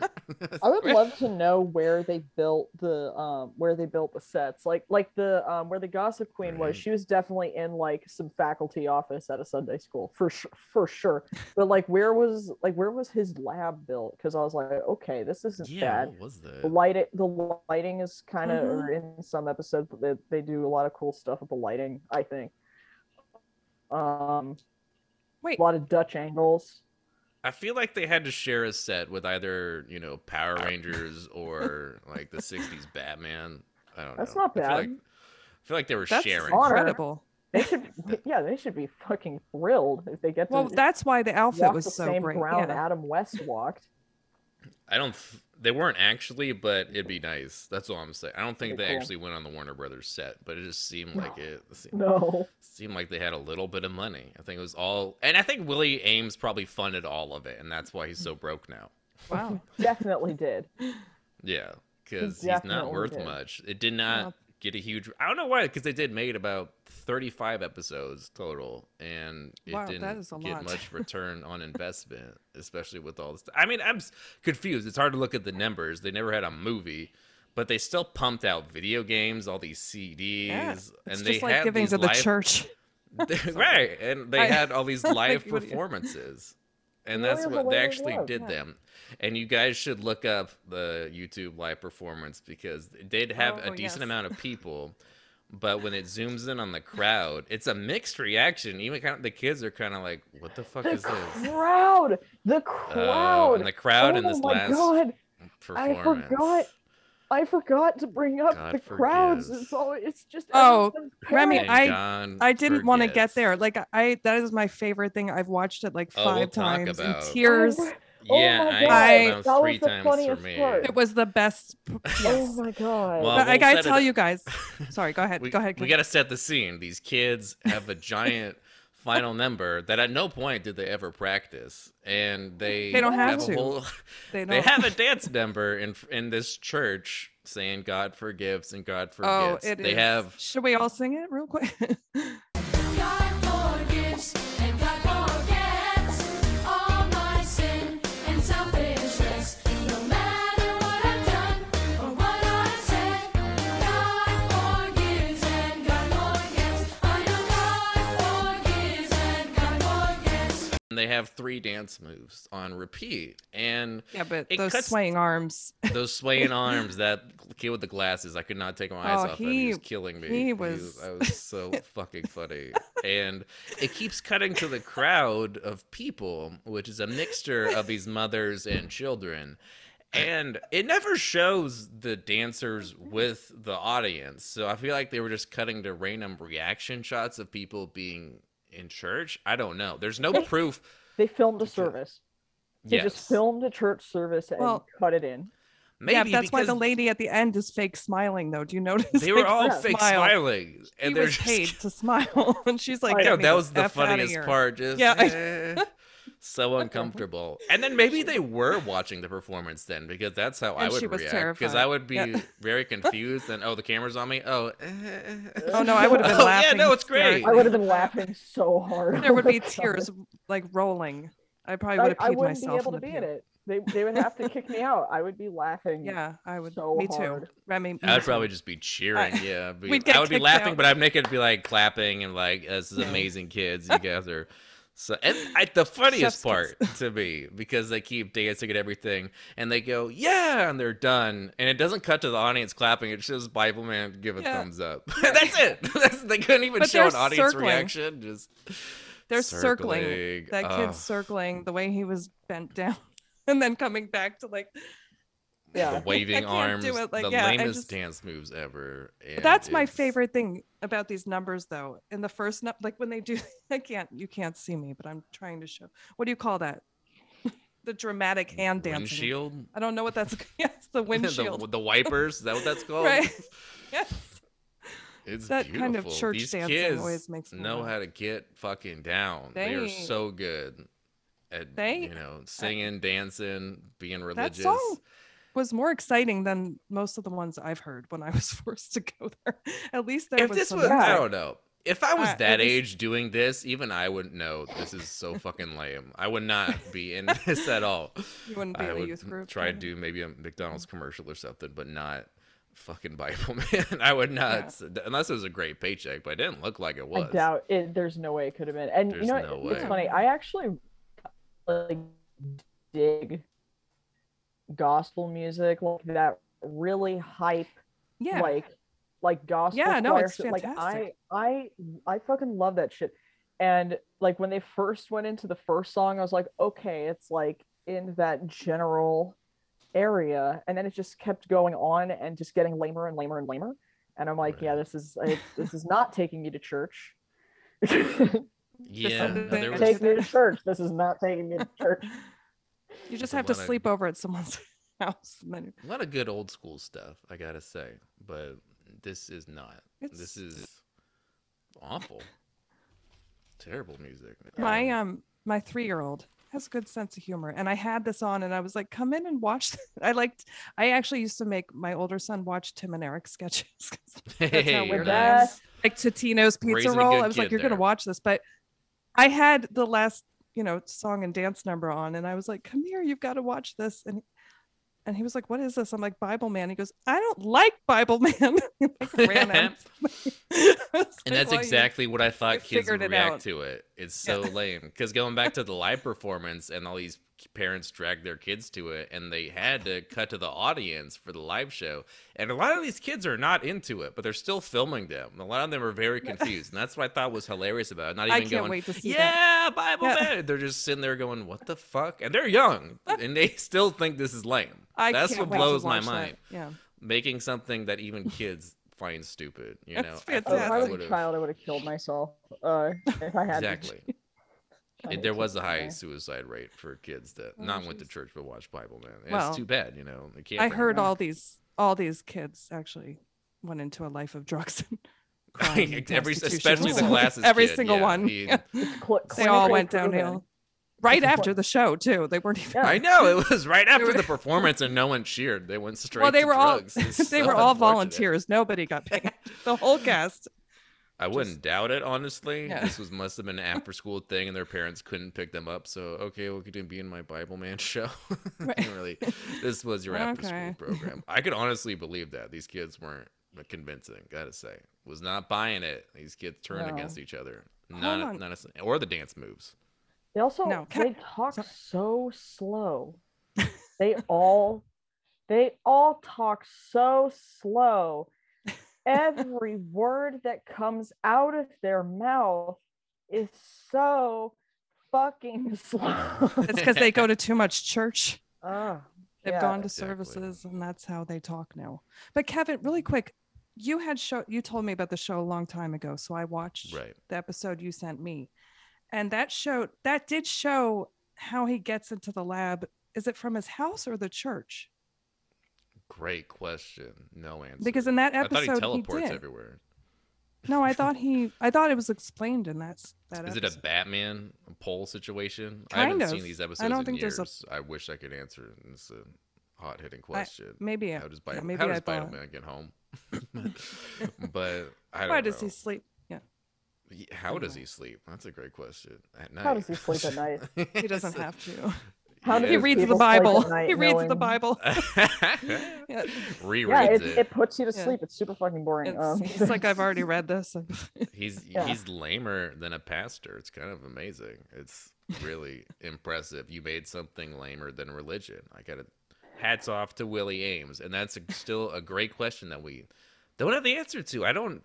Speaker 4: I would love to know where they built the um where they built the sets. Like like the um where the gossip queen
Speaker 2: Right.
Speaker 4: was, she was definitely in like some faculty office at a Sunday school for sure
Speaker 2: [LAUGHS]
Speaker 4: for sure. But like where was like where was his lab built? Because I was like, okay, this isn't
Speaker 2: yeah,
Speaker 4: bad.
Speaker 2: what was Mm-hmm.
Speaker 4: The
Speaker 2: that?
Speaker 4: light the lighting is kind of or in some episodes they, they do a lot of cool stuff with the lighting, I think. Um
Speaker 3: Wait,
Speaker 4: a lot of Dutch angles.
Speaker 2: I feel like they had to share a set with either you know Power Rangers
Speaker 4: [LAUGHS]
Speaker 2: or like the '60s Batman. I don't know.
Speaker 4: That's not
Speaker 2: I feel like,
Speaker 4: bad.
Speaker 2: I feel like they were
Speaker 3: that's
Speaker 2: sharing.
Speaker 4: Honor.
Speaker 3: incredible.
Speaker 4: They should
Speaker 3: [LAUGHS]
Speaker 4: yeah, they should be fucking thrilled if they get to
Speaker 3: Well, that's why the outfit
Speaker 4: walked
Speaker 3: was
Speaker 4: the
Speaker 3: so
Speaker 4: same
Speaker 3: great.
Speaker 4: ground
Speaker 3: yeah. [LAUGHS]
Speaker 4: Adam West walked.
Speaker 2: I don't. th- They weren't actually, but it'd be nice. That's all I'm saying. I don't think
Speaker 4: Pretty
Speaker 2: they
Speaker 4: cool.
Speaker 2: actually went on the Warner Brothers set, but it just seemed
Speaker 4: No.
Speaker 2: like it. se-
Speaker 4: No.
Speaker 2: seemed like they had a little bit of money. I think it was all, and I think Willie Ames probably funded all of it, and that's why
Speaker 3: [LAUGHS]
Speaker 2: he's so broke now.
Speaker 3: Wow.
Speaker 4: Definitely did.
Speaker 2: Yeah, because he's not
Speaker 4: definitely
Speaker 2: worth
Speaker 4: did.
Speaker 2: much. It did not get a huge. I don't know why, because they did made about thirty-five episodes total, and it
Speaker 3: Wow, that
Speaker 2: didn't
Speaker 3: is a
Speaker 2: get
Speaker 3: lot. [LAUGHS]
Speaker 2: much return on investment, especially with all this. I mean, I'm s- confused. It's hard to look at the numbers. They never had a movie, but they still pumped out video games, all these CDs,
Speaker 3: it's
Speaker 2: and they
Speaker 3: just like
Speaker 2: had
Speaker 3: giving
Speaker 2: these
Speaker 3: to the
Speaker 2: live-
Speaker 3: church.
Speaker 2: [LAUGHS] right, and they
Speaker 3: I-
Speaker 2: had all these live
Speaker 3: Like, what do you-
Speaker 2: performances, and
Speaker 4: Really
Speaker 2: that's
Speaker 4: the
Speaker 2: what
Speaker 4: way
Speaker 2: they
Speaker 4: they
Speaker 2: actually
Speaker 4: work,
Speaker 2: did
Speaker 4: yeah.
Speaker 2: them. And you guys should look up the YouTube live performance because it did have a
Speaker 3: Oh,
Speaker 2: decent
Speaker 3: yes.
Speaker 2: amount of people, but when it zooms in on the crowd, it's a mixed reaction. Even kind of the kids are kind of like, "What the fuck
Speaker 4: The
Speaker 2: is this?"
Speaker 4: crowd, the
Speaker 2: Oh,
Speaker 4: crowd.
Speaker 2: and the crowd in
Speaker 4: oh
Speaker 2: this
Speaker 4: my
Speaker 2: last
Speaker 4: god,
Speaker 2: performance.
Speaker 4: forgot. I forgot to bring up
Speaker 2: God
Speaker 4: the crowds.
Speaker 2: forgives.
Speaker 4: It's all it's just
Speaker 3: Oh,
Speaker 4: everyone's
Speaker 3: Remy,
Speaker 2: And
Speaker 4: parents.
Speaker 3: I-
Speaker 2: God
Speaker 3: I didn't want to get
Speaker 2: forgets.
Speaker 3: there. Like I that is my favorite thing. I've watched it like
Speaker 2: Oh,
Speaker 3: five
Speaker 2: we'll talk
Speaker 3: times in
Speaker 2: about-
Speaker 3: tears.
Speaker 4: Oh
Speaker 2: Yeah,
Speaker 4: my
Speaker 2: I,
Speaker 3: God,
Speaker 2: that was
Speaker 4: that
Speaker 2: three
Speaker 4: was the
Speaker 2: times for
Speaker 4: funniest
Speaker 2: me.
Speaker 4: part.
Speaker 3: It was the best. p-
Speaker 4: Oh
Speaker 3: Yes.
Speaker 4: my god.
Speaker 2: Well,
Speaker 3: But I
Speaker 2: we'll
Speaker 3: gotta
Speaker 2: set it
Speaker 3: tell
Speaker 2: up.
Speaker 3: you guys. Sorry, go
Speaker 2: [LAUGHS]
Speaker 3: ahead.
Speaker 2: we,
Speaker 3: Uh, go ahead.
Speaker 2: We got to set the scene. These kids have a
Speaker 3: [LAUGHS]
Speaker 2: giant final number that at no point did they ever practice, and they
Speaker 3: They don't have
Speaker 2: a
Speaker 3: to.
Speaker 2: whole-
Speaker 3: they
Speaker 2: [LAUGHS] they
Speaker 3: don't-
Speaker 2: have
Speaker 3: [LAUGHS]
Speaker 2: a dance number in in this church saying "God forgives" and "God
Speaker 3: Oh,
Speaker 2: forgets."
Speaker 3: it
Speaker 2: they
Speaker 3: is-
Speaker 2: have
Speaker 3: Should we all sing it real quick? [LAUGHS]
Speaker 1: God forgives and God forgets all my sin and selfishness. No matter what I've done or what I said, God forgives and God forgets. I know God forgives and God forgets.
Speaker 2: they have three dance moves on repeat, and
Speaker 3: yeah, but
Speaker 2: It
Speaker 3: those
Speaker 2: cuts-
Speaker 3: swaying arms.
Speaker 2: those swaying arms. That kid with the glasses, I could not take my eyes
Speaker 3: Oh,
Speaker 2: off. him. He was
Speaker 3: he-
Speaker 2: killing me.
Speaker 3: he
Speaker 2: was
Speaker 3: was-
Speaker 2: I was so fucking funny, and it keeps cutting to the crowd of people, which is a mixture of these mothers and children. And it never shows the dancers with the audience. So I feel like they were just cutting to random reaction shots of people being in church. I don't know. There's no proof.
Speaker 4: they filmed a
Speaker 2: Did you-
Speaker 4: service. They
Speaker 2: Yes.
Speaker 4: just filmed a church service and
Speaker 3: Well-
Speaker 4: cut it in.
Speaker 3: yeah, but that's why
Speaker 2: because
Speaker 3: the lady at the end is fake smiling though. Do you notice?
Speaker 2: they
Speaker 3: [LAUGHS]
Speaker 2: were
Speaker 3: Fake
Speaker 2: all
Speaker 4: smile.
Speaker 2: fake
Speaker 3: smile.
Speaker 2: smiling.
Speaker 3: She
Speaker 2: And they're
Speaker 3: was
Speaker 2: just
Speaker 3: paid to smile, [LAUGHS] and she's like,
Speaker 4: I
Speaker 3: "Get
Speaker 2: No,
Speaker 3: me
Speaker 2: that was the
Speaker 3: F outta
Speaker 2: funniest
Speaker 3: here."
Speaker 2: part. Just
Speaker 3: Yeah, I-
Speaker 2: eh,
Speaker 3: [LAUGHS]
Speaker 2: so uncomfortable. And then maybe they were watching the performance then because that's how I
Speaker 3: And
Speaker 2: would
Speaker 3: she was
Speaker 2: react. Because
Speaker 3: terrified.
Speaker 2: I would be
Speaker 3: Yeah.
Speaker 2: very confused. And oh, the camera's on me. Oh, eh, eh, eh.
Speaker 3: Oh no, I would have
Speaker 2: [LAUGHS]
Speaker 3: been
Speaker 2: Oh,
Speaker 3: laughing.
Speaker 2: Yeah, no, it's great.
Speaker 4: I would have been laughing so
Speaker 3: [LAUGHS]
Speaker 4: hard.
Speaker 3: There
Speaker 2: [LAUGHS]
Speaker 4: [LAUGHS]
Speaker 3: would be
Speaker 4: Sorry.
Speaker 3: tears like rolling. I probably would
Speaker 4: I,
Speaker 3: have
Speaker 4: I
Speaker 3: peed
Speaker 4: wouldn't be
Speaker 3: myself.
Speaker 4: able
Speaker 3: in
Speaker 4: to
Speaker 3: the
Speaker 4: be in
Speaker 3: puke.
Speaker 4: it. They, they would have to kick me out. I would be laughing.
Speaker 3: Yeah, I would.
Speaker 4: so
Speaker 3: me too.
Speaker 4: hard.
Speaker 3: Remy, me
Speaker 2: I'd
Speaker 3: [LAUGHS] too.
Speaker 2: probably just be cheering.
Speaker 3: I-
Speaker 2: yeah, be-
Speaker 3: we'd get
Speaker 2: I would be
Speaker 3: kicked
Speaker 2: laughing,
Speaker 3: out.
Speaker 2: but I'd make it be like clapping and like, "This is
Speaker 3: Yeah.
Speaker 2: amazing, kids. You guys
Speaker 3: [LAUGHS]
Speaker 2: are." So, and I, the funniest
Speaker 3: Chef's kiss.
Speaker 2: part to me because they keep dancing and everything, and they go, "Yeah," and they're done, and it doesn't cut to the audience clapping. It shows Bible man give a
Speaker 3: Yeah.
Speaker 2: thumbs up. [LAUGHS] That's it. That's, they couldn't even
Speaker 3: But
Speaker 2: show
Speaker 3: they're
Speaker 2: an audience
Speaker 3: circling.
Speaker 2: reaction. Just
Speaker 3: They're circling. that
Speaker 2: Ugh.
Speaker 3: kid circling the way he was bent down [LAUGHS] and then coming back to like
Speaker 4: Yeah.
Speaker 2: the waving
Speaker 3: do
Speaker 2: arms,
Speaker 3: it, like,
Speaker 2: the
Speaker 3: yeah, I
Speaker 2: lamest
Speaker 3: just-
Speaker 2: dance moves ever.
Speaker 3: but that's
Speaker 2: and
Speaker 3: my
Speaker 2: it's-
Speaker 3: favorite thing about these numbers though in the first nu- like when they do [LAUGHS] i can't you can't see me but i'm trying to show what do you call that [LAUGHS] the dramatic hand dancing
Speaker 2: windshield.
Speaker 3: i don't know what that's [LAUGHS] yes the windshield
Speaker 2: [LAUGHS] the, the wipers. Is that what
Speaker 3: [LAUGHS]
Speaker 2: that's called?
Speaker 3: right yes
Speaker 2: It's
Speaker 3: that
Speaker 2: beautiful.
Speaker 3: kind of church
Speaker 2: These
Speaker 3: dancing
Speaker 2: kids
Speaker 3: always makes me
Speaker 2: know
Speaker 3: laugh.
Speaker 2: how to get fucking down. They, are
Speaker 3: They-
Speaker 2: so good at
Speaker 3: They-
Speaker 2: you know singing, dancing, being
Speaker 3: that
Speaker 2: religious.
Speaker 3: song was more exciting than most of the ones i've heard when i was [LAUGHS] forced to go there at least there
Speaker 2: if
Speaker 3: was
Speaker 2: this
Speaker 3: some
Speaker 2: was, I
Speaker 3: music.
Speaker 2: don't know. If I was
Speaker 3: Uh, it
Speaker 2: that
Speaker 3: was-
Speaker 2: age doing this, even I wouldn't know this is so fucking lame. I would not be
Speaker 3: [LAUGHS]
Speaker 2: in this at all.
Speaker 3: you wouldn't be
Speaker 2: I
Speaker 3: in a
Speaker 2: would
Speaker 3: youth group
Speaker 2: try to
Speaker 3: maybe?
Speaker 2: do maybe a McDonald's commercial or something, but not fucking Bible [LAUGHS] man. I would not,
Speaker 3: Yeah.
Speaker 2: s- unless it was a great paycheck, but it didn't look like it
Speaker 4: I
Speaker 2: was.
Speaker 4: doubt it. There's no way it could have been. And
Speaker 2: There's
Speaker 4: you know,
Speaker 2: no
Speaker 4: it's
Speaker 2: way.
Speaker 4: funny. I actually like dig gospel music like that really hype
Speaker 3: yeah
Speaker 4: like like gospel
Speaker 3: Yeah, no,
Speaker 4: choir
Speaker 3: it's
Speaker 4: shit. like i
Speaker 3: fantastic.
Speaker 4: i i fucking love that shit and like when they first went into the first song i was like okay it's like in that general area and then it just kept going on and just getting lamer and lamer and lamer and i'm like yeah
Speaker 2: Right.
Speaker 4: this is it, this is not taking you to church
Speaker 2: Yeah, no,
Speaker 3: something
Speaker 2: there
Speaker 3: that
Speaker 2: was
Speaker 4: take
Speaker 2: [LAUGHS]
Speaker 4: me to church this is not taking me to church
Speaker 3: You just
Speaker 2: So
Speaker 3: have to
Speaker 2: what I-
Speaker 3: sleep over at someone's [LAUGHS] house. And then
Speaker 2: a lot of good old school stuff, I gotta say, but this is not. This
Speaker 3: It's-
Speaker 2: is awful. Terrible music.
Speaker 3: my
Speaker 2: Um,
Speaker 3: uh, um my three year old has a good sense of humor. And I had this on and I was like, come in and watch. [LAUGHS] this." I liked, I actually used to make my older son watch Tim and Eric sketches. 'cause, [LAUGHS]
Speaker 2: [LAUGHS] Hey,
Speaker 3: how we're
Speaker 2: nice.
Speaker 3: like Totino's Pizza
Speaker 2: Raising a
Speaker 3: Roll.
Speaker 2: good
Speaker 3: I was like,
Speaker 2: kid
Speaker 3: you're going to
Speaker 2: there.
Speaker 3: watch this. But I had the last, you know, song and dance number on and I was like, come here, you've got to watch this. And and he was like, what is this? I'm like, Bible Man. He goes, I don't like Bible Man. [LAUGHS] He, like, ran out. [LAUGHS]
Speaker 2: And that's exactly what I thought kids
Speaker 3: figured
Speaker 2: would
Speaker 3: it
Speaker 2: react
Speaker 3: out.
Speaker 2: to it. It's
Speaker 3: Yeah.
Speaker 2: so lame. Because going back to the live performance, and all these parents dragged their kids to it, and they had to cut to the audience for the live show. And a lot of these kids are not into it, but they're still filming them. A lot of them are
Speaker 3: [LAUGHS]
Speaker 2: very confused, and that's what I thought was hilarious about it. Not
Speaker 3: I
Speaker 2: even
Speaker 3: can't
Speaker 2: going,
Speaker 3: wait to see
Speaker 2: yeah,
Speaker 3: that.
Speaker 2: Bible
Speaker 3: Yeah.
Speaker 2: Man. They're just sitting there going, "What the fuck?" And they're
Speaker 3: [LAUGHS]
Speaker 2: young, and they still think this is lame.
Speaker 3: I
Speaker 2: That's
Speaker 3: can't
Speaker 2: what
Speaker 3: wait to
Speaker 2: blows my
Speaker 3: watch that.
Speaker 2: mind.
Speaker 3: Yeah.
Speaker 2: Making something that even kids find stupid. You know,
Speaker 3: That's
Speaker 2: I thought
Speaker 4: Oh, if
Speaker 3: fantastic.
Speaker 2: I
Speaker 4: I was a
Speaker 2: would've-
Speaker 4: child, I would have killed myself. Uh, if I had
Speaker 2: exactly.
Speaker 4: To,
Speaker 2: It, there was a high suicide rate for kids that
Speaker 3: Oh,
Speaker 2: not went to
Speaker 3: jeez.
Speaker 2: church but watched Bible Man. It's
Speaker 3: Well,
Speaker 2: too bad, you know. They can't
Speaker 3: I
Speaker 2: bring [LAUGHS] it
Speaker 3: heard
Speaker 2: back.
Speaker 3: all these all these kids actually went into a life of drugs. and crime and
Speaker 2: every
Speaker 3: prostitution.
Speaker 2: especially the
Speaker 3: So
Speaker 2: glasses.
Speaker 3: Every
Speaker 2: kid,
Speaker 3: single
Speaker 2: yeah,
Speaker 3: one. [LAUGHS]
Speaker 2: he-
Speaker 4: Cl-
Speaker 3: They all
Speaker 4: clinically
Speaker 3: went
Speaker 4: proven.
Speaker 3: downhill. Right
Speaker 4: That's
Speaker 3: after the show too. They weren't even
Speaker 4: Yeah.
Speaker 2: I know it was right after
Speaker 3: were-
Speaker 2: the performance and no one cheered. They went straight.
Speaker 3: Well, they
Speaker 2: to
Speaker 3: were all
Speaker 2: drugs. It's
Speaker 3: [LAUGHS] [LAUGHS] they
Speaker 2: so
Speaker 3: were all
Speaker 2: unfortunate.
Speaker 3: volunteers. Nobody got [LAUGHS] paid. The whole cast.
Speaker 2: I wouldn't doubt it, honestly.
Speaker 3: Yeah.
Speaker 2: This was must have been an
Speaker 3: [LAUGHS]
Speaker 2: after school thing, and their parents couldn't pick them up. So, okay, well, could you be in my Bible Man [LAUGHS] show?
Speaker 3: Right.
Speaker 2: Didn't really, [LAUGHS] this was your after
Speaker 3: Okay.
Speaker 2: school program. I could honestly believe that these kids weren't convincing. Gotta say, was not buying it. These kids turned
Speaker 4: No.
Speaker 2: against each other.
Speaker 3: Hold
Speaker 2: None,
Speaker 3: on.
Speaker 2: none, of- or the dance moves.
Speaker 4: They also
Speaker 3: No, can
Speaker 4: they talk
Speaker 3: sorry.
Speaker 4: so
Speaker 3: [LAUGHS]
Speaker 4: slow. they all they all talk so slow. Every word that comes out of their mouth is so fucking [LAUGHS] slow.
Speaker 3: It's
Speaker 2: [LAUGHS]
Speaker 3: because they [LAUGHS] go to too much church.
Speaker 4: Ah,
Speaker 3: They've
Speaker 4: yeah.
Speaker 3: gone to
Speaker 2: Exactly.
Speaker 3: services, and that's how they talk now. But Kevin, really quick, you had show. You told me about the show a long time ago, so I watched
Speaker 2: Right.
Speaker 3: the episode you sent me, and that showed that did show how he gets into the lab. Is it from his house or the church?
Speaker 2: Great question. No answer.
Speaker 3: Because in that
Speaker 2: I thought he
Speaker 3: episode he,
Speaker 2: teleports
Speaker 3: did.
Speaker 2: everywhere.
Speaker 3: No, I thought he. I thought it was explained in that. s- that
Speaker 2: Is it
Speaker 3: episode.
Speaker 2: a Batman pole situation? I
Speaker 3: Kind
Speaker 2: haven't
Speaker 3: of.
Speaker 2: seen these
Speaker 3: I
Speaker 2: episodes
Speaker 3: don't
Speaker 2: in
Speaker 3: think
Speaker 2: years.
Speaker 3: there's a-
Speaker 2: I wish I could answer. it. It's a hot hitting question.
Speaker 3: Maybe. it-
Speaker 2: how does Spider
Speaker 3: yeah, maybe
Speaker 2: how
Speaker 3: I
Speaker 2: does
Speaker 3: bought-
Speaker 2: Spider Man get home? [LAUGHS] but I don't
Speaker 3: Why
Speaker 2: know.
Speaker 3: does
Speaker 2: [LAUGHS]
Speaker 3: he sleep?
Speaker 2: Y- how
Speaker 4: don't
Speaker 2: does
Speaker 4: know.
Speaker 2: he sleep? That's a great question. At night.
Speaker 4: How does he sleep at
Speaker 3: [LAUGHS]
Speaker 4: night?
Speaker 2: [LAUGHS]
Speaker 3: He doesn't have to. [LAUGHS]
Speaker 4: How
Speaker 3: He
Speaker 4: does
Speaker 3: reads the
Speaker 4: people sleep at
Speaker 3: Bible.
Speaker 4: night
Speaker 3: He reads the
Speaker 2: [LAUGHS]
Speaker 4: knowing-
Speaker 3: Bible. [LAUGHS] Yeah.
Speaker 2: Rereads
Speaker 4: Yeah, it,
Speaker 2: it.
Speaker 4: it puts you to
Speaker 3: Yeah.
Speaker 4: sleep. It's super fucking boring. Um,
Speaker 3: It's, he's like, I've
Speaker 4: [LAUGHS]
Speaker 3: already read this. and-
Speaker 2: He's
Speaker 4: Yeah.
Speaker 2: he's lamer than a pastor. It's kind of amazing. It's really impressive. You made something lamer than religion. I got to hats off to Willie Ames, and that's a, still a great question that we don't have the answer to. I don't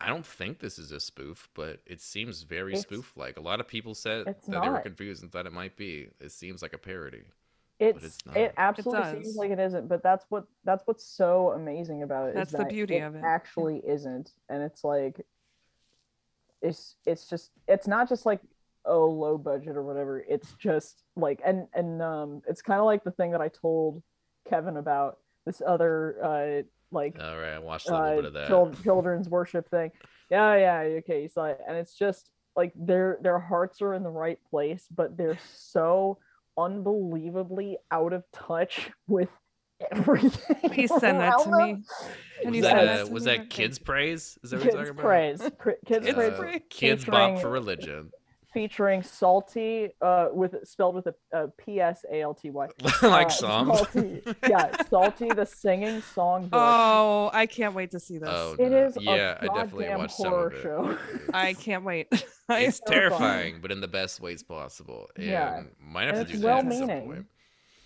Speaker 2: I don't think this is a spoof, but it seems very
Speaker 4: It's-
Speaker 2: spoof like. A lot of people said that
Speaker 4: it's
Speaker 2: they were
Speaker 4: not.
Speaker 2: confused and thought it might be. It seems like a parody.
Speaker 4: it's,
Speaker 2: it's not.
Speaker 4: it
Speaker 2: It
Speaker 4: absolutely
Speaker 3: does.
Speaker 4: seems like it isn't but that's what that's what's so amazing about it is
Speaker 3: That's the
Speaker 4: that
Speaker 3: beauty
Speaker 4: it
Speaker 3: of it. Yeah.
Speaker 4: actually isn't and it's like it's it's just it's not just like oh low budget or whatever it's just like and and um it's kind of like the thing that i told kevin about this other uh like
Speaker 2: All right, I watched a little bit of that.
Speaker 4: uh, chil- children's worship thing. Yeah, yeah, okay. So, and it's just like their their hearts are in the right place, but they're so unbelievably out of touch with everything.
Speaker 3: Please send that to
Speaker 4: around them.
Speaker 3: me.
Speaker 2: was
Speaker 3: And you
Speaker 2: that,
Speaker 3: said
Speaker 2: uh,
Speaker 3: that to
Speaker 2: was
Speaker 3: me
Speaker 2: that
Speaker 3: [LAUGHS] already.
Speaker 2: kids praise? Is that what you're
Speaker 4: Kids
Speaker 2: talking about?
Speaker 4: praise, Cri- kids
Speaker 3: Kids
Speaker 4: praise,
Speaker 2: Uh,
Speaker 3: Praise.
Speaker 2: kids bop
Speaker 4: featuring-
Speaker 2: for religion. [LAUGHS]
Speaker 4: featuring salty, uh, with spelled with a, a P S A L T Y.
Speaker 2: like
Speaker 4: Uh,
Speaker 2: some.
Speaker 4: [LAUGHS] salty, yeah, salty, the singing
Speaker 2: [LAUGHS]
Speaker 4: songbook.
Speaker 3: Oh, I can't wait to see this.
Speaker 2: Oh,
Speaker 4: it
Speaker 2: no.
Speaker 4: is a
Speaker 2: yeah, I definitely
Speaker 4: goddamn
Speaker 2: watched some
Speaker 4: horror
Speaker 2: of it.
Speaker 4: show.
Speaker 2: [LAUGHS]
Speaker 3: I can't wait. [LAUGHS] I-
Speaker 2: It's
Speaker 4: fun.
Speaker 2: terrifying, but in the best ways possible. And
Speaker 4: Yeah.
Speaker 2: might have
Speaker 4: And
Speaker 2: to
Speaker 4: it's
Speaker 2: do that at some
Speaker 4: well-meaning.
Speaker 2: point.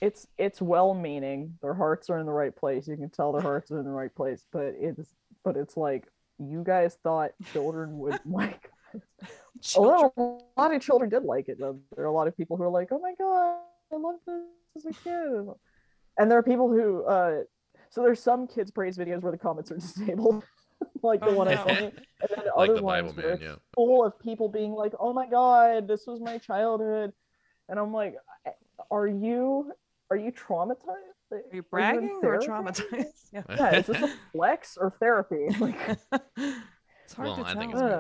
Speaker 4: it's it's well meaning their hearts are in the right place you can tell their hearts are in the right place but it's but it's like you guys thought children would like
Speaker 3: [LAUGHS] Children-
Speaker 4: although a lot of children did like it though. there are a lot of people who are like oh my god i love this as a kid and there are people who uh so there's some kids praise videos where the comments are [LAUGHS] disabled like the
Speaker 3: Oh,
Speaker 4: one i
Speaker 3: no.
Speaker 4: sent you and then
Speaker 2: Like
Speaker 4: other
Speaker 2: the Bible
Speaker 4: ones where
Speaker 2: man,
Speaker 4: it's
Speaker 2: yeah.
Speaker 4: full of people being like, "Oh my god, this was my childhood," and I'm like, "Are you are you traumatized? Are
Speaker 3: Are you
Speaker 4: in
Speaker 3: bragging or [LAUGHS]
Speaker 4: therapy?"
Speaker 3: traumatized? Yeah.
Speaker 2: [LAUGHS]
Speaker 4: Yeah, is this a flex or therapy? [LAUGHS] Like,
Speaker 3: it's hard
Speaker 2: well,
Speaker 3: to
Speaker 2: I think
Speaker 3: tell.
Speaker 2: it's
Speaker 4: Ugh.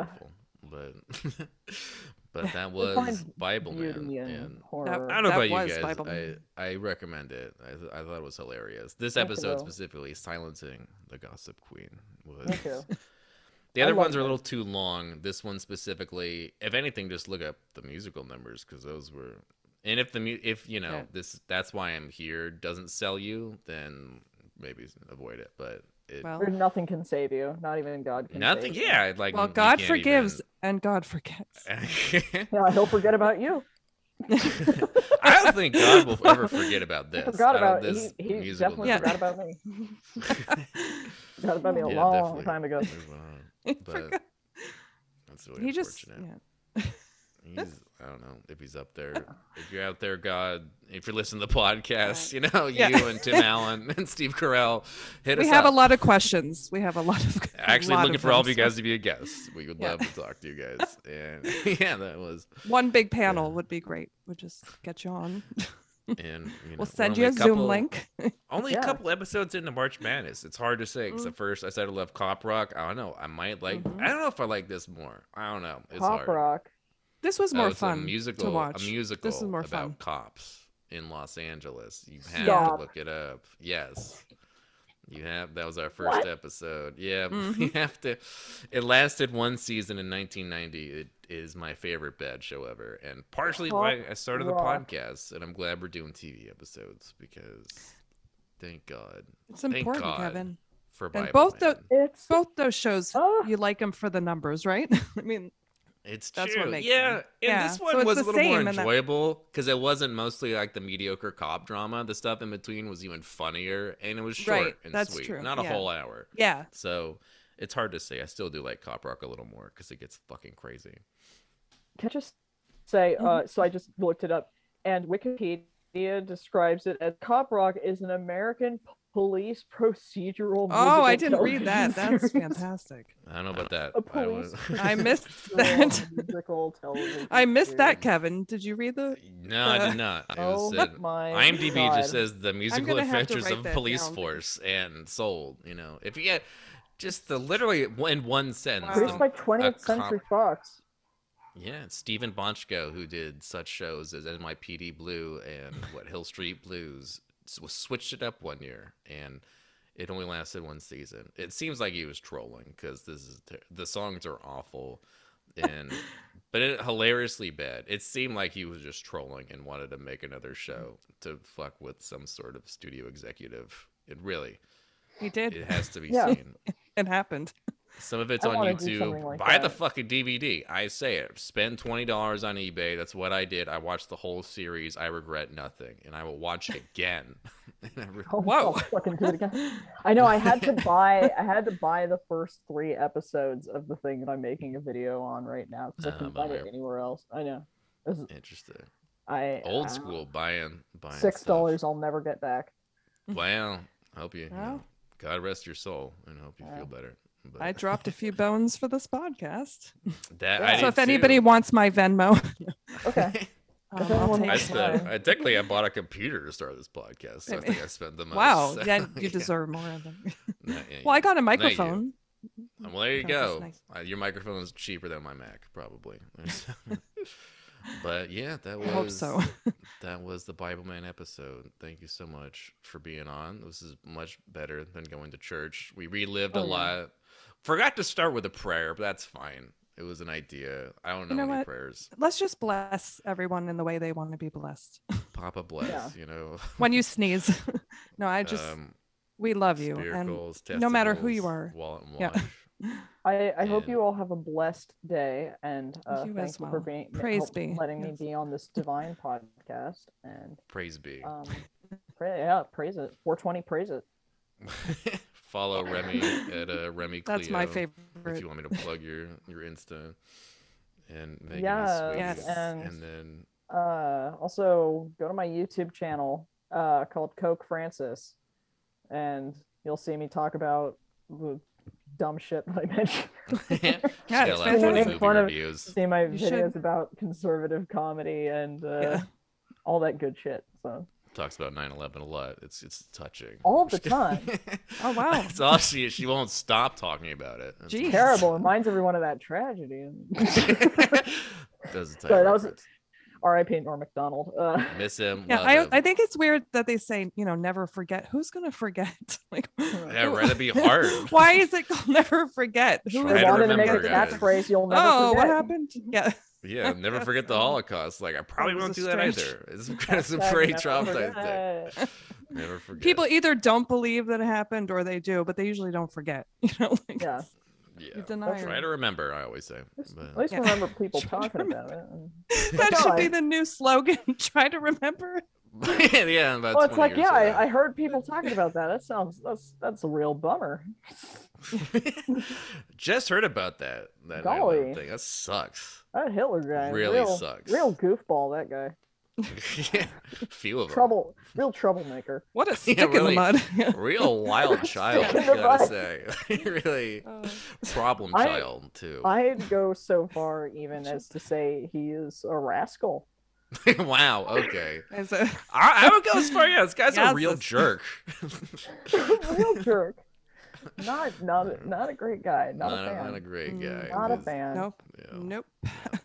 Speaker 2: beautiful. But [LAUGHS] But that
Speaker 4: [LAUGHS] You'll
Speaker 2: was
Speaker 4: find
Speaker 2: Bible Man.
Speaker 4: Beauty and
Speaker 2: And
Speaker 4: horror.
Speaker 2: I don't know
Speaker 3: That
Speaker 2: about you
Speaker 3: was
Speaker 2: guys.
Speaker 3: Bible
Speaker 2: I,
Speaker 3: Man.
Speaker 2: I recommend it. I, th- I thought it was hilarious. This
Speaker 4: Me
Speaker 2: episode
Speaker 4: too.
Speaker 2: specifically, silencing the gossip queen was.
Speaker 4: Me
Speaker 2: [LAUGHS]
Speaker 4: too.
Speaker 2: The
Speaker 4: I
Speaker 2: other
Speaker 4: love
Speaker 2: ones are a
Speaker 4: it.
Speaker 2: little too long. This one specifically, if anything, just look up the musical numbers because those were. And if the mu- if you know
Speaker 3: Yeah.
Speaker 2: this, that's why I'm here. Doesn't sell you, then maybe s- avoid it. But it,
Speaker 3: Well,
Speaker 4: Or nothing can save you. Not even God
Speaker 2: [LAUGHS]
Speaker 4: can.
Speaker 2: nothing.
Speaker 4: Save you.
Speaker 2: Yeah, like
Speaker 3: well,
Speaker 2: you
Speaker 3: God
Speaker 2: can't [LAUGHS]
Speaker 3: forgives
Speaker 2: even-
Speaker 3: and
Speaker 2: [LAUGHS]
Speaker 3: God forgets. [LAUGHS]
Speaker 4: Yeah, he'll forget about you.
Speaker 2: I don't think God will ever forget
Speaker 4: [LAUGHS]
Speaker 2: about
Speaker 4: He
Speaker 2: this.
Speaker 4: forgot
Speaker 2: I don't-
Speaker 4: about
Speaker 2: this
Speaker 4: he, he
Speaker 2: musical
Speaker 4: definitely
Speaker 2: number.
Speaker 4: forgot about me.
Speaker 3: [LAUGHS]
Speaker 4: Forgot about me a
Speaker 2: Yeah,
Speaker 4: long
Speaker 2: definitely.
Speaker 4: time ago.
Speaker 2: Move on.
Speaker 3: He
Speaker 2: But
Speaker 3: forgot.
Speaker 2: That's really
Speaker 3: he just
Speaker 2: unfortunate.
Speaker 3: yeah.
Speaker 2: He's, I don't know if he's up there. If you're out there, God, if you're listening to the podcast, you know,
Speaker 3: Yeah.
Speaker 2: you and Tim Allen [LAUGHS] and Steve Carell, hit
Speaker 3: We
Speaker 2: us
Speaker 3: have
Speaker 2: up.
Speaker 3: a lot of questions. We have a lot of a
Speaker 2: [LAUGHS] Actually,
Speaker 3: lot
Speaker 2: looking for all of
Speaker 3: them,
Speaker 2: you
Speaker 3: so
Speaker 2: guys to be a guest. We would
Speaker 3: Yeah.
Speaker 2: love to talk to you
Speaker 3: [LAUGHS]
Speaker 2: guys. And [LAUGHS] yeah, that was.
Speaker 3: One big panel
Speaker 2: Yeah.
Speaker 3: would be great. We'll just get you on.
Speaker 2: And you know,
Speaker 3: We'll
Speaker 2: we're
Speaker 3: send
Speaker 2: only
Speaker 3: you a Zoom
Speaker 2: couple-
Speaker 3: link.
Speaker 2: Only a
Speaker 4: Yeah.
Speaker 2: couple episodes into March Madness. It's hard to say because
Speaker 3: Mm.
Speaker 2: at first I said I love cop rock. I don't know. I might like.
Speaker 3: Mhm.
Speaker 2: I don't know if I like this more. I don't know. It's
Speaker 4: Pop
Speaker 2: hard.
Speaker 4: rock.
Speaker 3: This was
Speaker 2: Oh,
Speaker 3: more
Speaker 2: it's
Speaker 3: fun
Speaker 2: a musical,
Speaker 3: to watch.
Speaker 2: A musical
Speaker 3: more
Speaker 2: about
Speaker 3: fun.
Speaker 2: cops in Los Angeles. You have
Speaker 4: Stop.
Speaker 2: to look it up. Yes. You have that was our first
Speaker 4: What?
Speaker 2: episode. Yeah, [LAUGHS] you
Speaker 3: Mhm.
Speaker 2: have to it lasted one season in 1990. It is my favorite bad show ever and partially
Speaker 4: Cop
Speaker 2: why I started the
Speaker 4: Rock.
Speaker 2: podcast and I'm glad we're doing TV episodes because thank God
Speaker 3: It's
Speaker 2: Thank
Speaker 3: important,
Speaker 2: God.
Speaker 3: Kevin.
Speaker 2: for
Speaker 3: And
Speaker 2: Bible
Speaker 3: both the-
Speaker 2: Man.
Speaker 4: It's
Speaker 3: Both those shows,
Speaker 4: Ah.
Speaker 3: you like them for the numbers, right? [LAUGHS] I mean,
Speaker 2: It's
Speaker 3: That's
Speaker 2: true.
Speaker 3: what makes
Speaker 2: yeah,
Speaker 3: them.
Speaker 2: and
Speaker 3: Yeah,
Speaker 2: this
Speaker 3: so
Speaker 2: one
Speaker 3: it's
Speaker 2: was a
Speaker 3: the
Speaker 2: little more
Speaker 3: same in that-
Speaker 2: enjoyable because it wasn't mostly like the mediocre cop drama. The stuff in between was even funnier, and it was short
Speaker 3: Right,
Speaker 2: and
Speaker 3: that's
Speaker 2: sweet,
Speaker 3: true,
Speaker 2: not a
Speaker 3: yeah.
Speaker 2: whole hour.
Speaker 3: yeah,
Speaker 2: So it's hard to say. I still do like Cop Rock a little more because it gets fucking crazy.
Speaker 4: Can I just say? Uh,
Speaker 3: Mhm.
Speaker 4: so I just looked it up, and Wikipedia describes it as "Cop Rock" is an American p- police procedural.
Speaker 3: Oh, I didn't
Speaker 4: musical
Speaker 3: read
Speaker 4: [LAUGHS]
Speaker 3: that.
Speaker 4: television
Speaker 3: That's
Speaker 4: series.
Speaker 3: fantastic.
Speaker 2: I don't know about that.
Speaker 4: A
Speaker 2: I was- [LAUGHS]
Speaker 3: I missed [LAUGHS] that.
Speaker 4: Procedural [LAUGHS] musical television
Speaker 3: [LAUGHS] I missed that,
Speaker 4: series.
Speaker 3: Kevin. Did you
Speaker 2: [LAUGHS]
Speaker 3: read the?
Speaker 2: no, I did not. It was
Speaker 4: Oh
Speaker 2: said,
Speaker 4: my!
Speaker 2: IMDb
Speaker 4: God.
Speaker 2: just says the musical
Speaker 3: gonna have to
Speaker 2: adventures
Speaker 3: write
Speaker 2: of
Speaker 3: that
Speaker 2: police
Speaker 3: down.
Speaker 2: force and sold. You know, if you get just the literally in one sentence,
Speaker 3: Wow.
Speaker 2: the
Speaker 4: produced by 20th
Speaker 2: com-
Speaker 4: Century Fox.
Speaker 2: Yeah, it's Stephen Bonchko, who did such shows as NYPD Blue and what Hill Street Blues, s- was switched it up one year, and it only lasted one season. It seems like he was trolling because this is ter- the songs are awful, and but it hilariously bad. It seemed like he was just trolling and wanted to make another show to fuck with some sort of studio executive. It really,
Speaker 3: He did.
Speaker 2: it has to be
Speaker 4: Yeah.
Speaker 2: seen.
Speaker 3: It happened. [LAUGHS]
Speaker 2: Some of it's
Speaker 4: I
Speaker 2: on
Speaker 4: wanna do
Speaker 2: YouTube.
Speaker 4: something like
Speaker 2: Buy the
Speaker 4: that.
Speaker 2: fucking DVD. I say it. Spend twenty dollars on eBay. That's what I did. I watched the whole series. I regret nothing, and I will watch it again. [LAUGHS] And I re-
Speaker 4: Oh,
Speaker 3: Whoa.
Speaker 4: [LAUGHS] I'll Fucking do it again. I know I
Speaker 3: [LAUGHS]
Speaker 4: had to buy I had to buy the first three episodes of the thing that I'm making a video on right now because
Speaker 2: Ah,
Speaker 4: I couldn't find it
Speaker 2: bummer.
Speaker 4: anywhere else. I know. This is,
Speaker 2: Interesting.
Speaker 4: I
Speaker 2: Old
Speaker 4: uh,
Speaker 2: school buying. buying
Speaker 4: Six
Speaker 2: stuff.
Speaker 4: dollars [LAUGHS] I'll never get back.
Speaker 2: Wow. Hope you. you know,
Speaker 3: Well.
Speaker 2: God rest your soul, and hope you
Speaker 4: Yeah.
Speaker 2: feel better. But
Speaker 3: I dropped a few bones for this podcast.
Speaker 2: that.
Speaker 4: Yeah.
Speaker 2: I
Speaker 3: so
Speaker 2: did
Speaker 3: if anybody
Speaker 2: too.
Speaker 3: wants my Venmo,
Speaker 4: Okay.
Speaker 3: um,
Speaker 4: anyone
Speaker 3: I'll
Speaker 4: wants
Speaker 2: I
Speaker 3: take
Speaker 4: my
Speaker 3: it.
Speaker 2: spent.
Speaker 4: Sorry.
Speaker 2: I technically I bought a computer to start this podcast. So I
Speaker 3: Wait a [LAUGHS]
Speaker 2: think I spent the most. [LAUGHS]
Speaker 3: Wow,
Speaker 2: So,
Speaker 3: then you
Speaker 2: yeah.
Speaker 3: deserve more of them.
Speaker 2: Nah, yeah,
Speaker 3: Well, I got a
Speaker 2: Thank you.
Speaker 3: microphone.
Speaker 2: Well, there you
Speaker 3: That's just
Speaker 2: go.
Speaker 3: nice.
Speaker 2: Uh, your microphone is cheaper than my Mac,
Speaker 3: [LAUGHS]
Speaker 2: probably. [LAUGHS] There's- but yeah, that
Speaker 3: I
Speaker 2: was
Speaker 3: hope so.
Speaker 2: [LAUGHS] that was the Bible Man episode. Thank you so much for being on. This is much better than going to church. We relived
Speaker 4: Oh,
Speaker 2: a
Speaker 4: yeah.
Speaker 2: lot. Forgot to start with a prayer, but that's fine. It was an idea. I don't know,
Speaker 3: You know
Speaker 2: any
Speaker 3: what?
Speaker 2: prayers.
Speaker 3: Let's just bless everyone in the way they want to be blessed.
Speaker 2: Papa bless, you know.
Speaker 3: When you sneeze, [LAUGHS] no, I just
Speaker 2: um,
Speaker 3: we love you, and
Speaker 2: spiracles,
Speaker 3: no matter who you
Speaker 2: testicles,
Speaker 3: are.
Speaker 2: Wallet and
Speaker 3: Yeah.
Speaker 2: watch.
Speaker 4: I, I hope
Speaker 2: And-
Speaker 4: you all have a blessed day and uh,
Speaker 3: You
Speaker 4: thank
Speaker 3: as
Speaker 4: you
Speaker 3: well.
Speaker 4: for being
Speaker 3: Praise
Speaker 4: help-
Speaker 3: be.
Speaker 4: letting
Speaker 3: Yes.
Speaker 4: me be
Speaker 3: [LAUGHS]
Speaker 4: on this divine podcast and
Speaker 2: Praise be.
Speaker 3: Uh,
Speaker 4: um pray, yeah praise it 420 praise it
Speaker 2: [LAUGHS] Follow
Speaker 3: [LAUGHS]
Speaker 2: Remy at uh, Remy Cleo.
Speaker 3: that's my
Speaker 2: if
Speaker 3: favorite.
Speaker 2: you want me to plug your your Insta and make
Speaker 4: Yes,
Speaker 2: it
Speaker 3: Yes.
Speaker 4: and-
Speaker 2: and
Speaker 3: [LAUGHS]
Speaker 2: then
Speaker 4: uh also go to my youtube channel uh called coke francis and you'll see me talk about the dumb shit that i [LAUGHS] mentioned
Speaker 3: Yeah, it's
Speaker 2: Shell out
Speaker 3: fantastic.
Speaker 2: movie
Speaker 4: Fun of-
Speaker 2: reviews.
Speaker 4: see my
Speaker 3: You should.
Speaker 4: videos about conservative comedy and uh
Speaker 3: Yeah.
Speaker 4: all that good shit so
Speaker 2: talks about 9/11 a lot. It's it's touching. [LAUGHS]
Speaker 4: All the time.
Speaker 3: Oh, wow.
Speaker 2: That's all she she won't stop talking about it. That's
Speaker 3: Jeez.
Speaker 4: Terrible. Reminds everyone of that tragedy. [LAUGHS]
Speaker 2: Does
Speaker 4: Sorry, that was- R.I.P. Norm Macdonald.
Speaker 2: [LAUGHS]
Speaker 4: Uh,
Speaker 2: Miss him.
Speaker 3: Yeah,
Speaker 2: love him.
Speaker 3: I, I think it's weird that they say, you know, never forget. Who's going to forget? [LAUGHS] Like,
Speaker 2: yeah, right.
Speaker 3: [LAUGHS]
Speaker 2: That'd be hard.
Speaker 3: why is it called never forget? Who
Speaker 2: Try
Speaker 4: they
Speaker 3: is
Speaker 2: to
Speaker 4: wanted to make
Speaker 2: remember,
Speaker 4: a
Speaker 2: guys.
Speaker 4: catchphrase. You'll never
Speaker 3: Oh,
Speaker 4: forget.
Speaker 3: what happened? Yeah. [LAUGHS]
Speaker 2: Yeah, never forget the Holocaust. Like I probably
Speaker 3: was
Speaker 2: won't
Speaker 3: a
Speaker 2: do that
Speaker 3: strange-
Speaker 2: either.
Speaker 3: [LAUGHS]
Speaker 2: It's, it's a
Speaker 4: [LAUGHS] Hashtag
Speaker 2: pretty
Speaker 4: never
Speaker 2: traumatized thing.
Speaker 4: forget.
Speaker 2: Never forget.
Speaker 3: People either don't believe that it happened or they do, but they usually don't forget. [LAUGHS] You know, like
Speaker 4: Yeah.
Speaker 2: yeah.
Speaker 3: you deny
Speaker 2: Try to remember. I always say.
Speaker 4: Just-
Speaker 2: But-
Speaker 4: At
Speaker 2: [LAUGHS]
Speaker 4: least
Speaker 3: Yeah.
Speaker 4: remember people
Speaker 3: Try to
Speaker 4: talking about
Speaker 3: remember. [LAUGHS]
Speaker 4: it.
Speaker 3: that should be
Speaker 4: God.
Speaker 3: the new slogan. [LAUGHS] Try to remember.
Speaker 2: [LAUGHS] yeah, about
Speaker 4: Well, it's
Speaker 2: 20
Speaker 4: like,
Speaker 2: years
Speaker 4: yeah,
Speaker 2: ago.
Speaker 4: I, I heard people talking about that. That sounds that's that's a real bummer.
Speaker 2: [LAUGHS] Just heard about that. That 9/11
Speaker 4: Golly.
Speaker 2: thing. That sucks. [LAUGHS]
Speaker 4: That Hitler guy
Speaker 2: Really
Speaker 4: real,
Speaker 2: sucks.
Speaker 4: Real goofball, that guy.
Speaker 2: yeah, few of them.
Speaker 4: Trouble, real troublemaker.
Speaker 3: What [LAUGHS] a stick in the
Speaker 2: really.
Speaker 3: mud. [LAUGHS]
Speaker 2: Real
Speaker 4: [LAUGHS]
Speaker 2: wild child,
Speaker 4: Stick in the
Speaker 2: gotta
Speaker 4: mud.
Speaker 2: say. [LAUGHS] really
Speaker 3: Uh,
Speaker 2: problem
Speaker 4: I-
Speaker 2: child too.
Speaker 4: I'd go so far even as to say he is a rascal.
Speaker 2: [LAUGHS]
Speaker 4: [LAUGHS]
Speaker 2: wow. Okay.
Speaker 3: is it-
Speaker 2: I, I would go as far. Yeah, this guy's a
Speaker 3: Yes,
Speaker 2: real
Speaker 3: it's-
Speaker 2: jerk.
Speaker 4: [LAUGHS] real
Speaker 2: [LAUGHS]
Speaker 4: jerk. Not not not a great guy. Not, a
Speaker 2: not,
Speaker 4: fan.
Speaker 2: not a great
Speaker 3: Mm,
Speaker 2: guy.
Speaker 4: Not a
Speaker 2: This-
Speaker 4: fan.
Speaker 3: nope.
Speaker 2: yeah.
Speaker 3: Nope.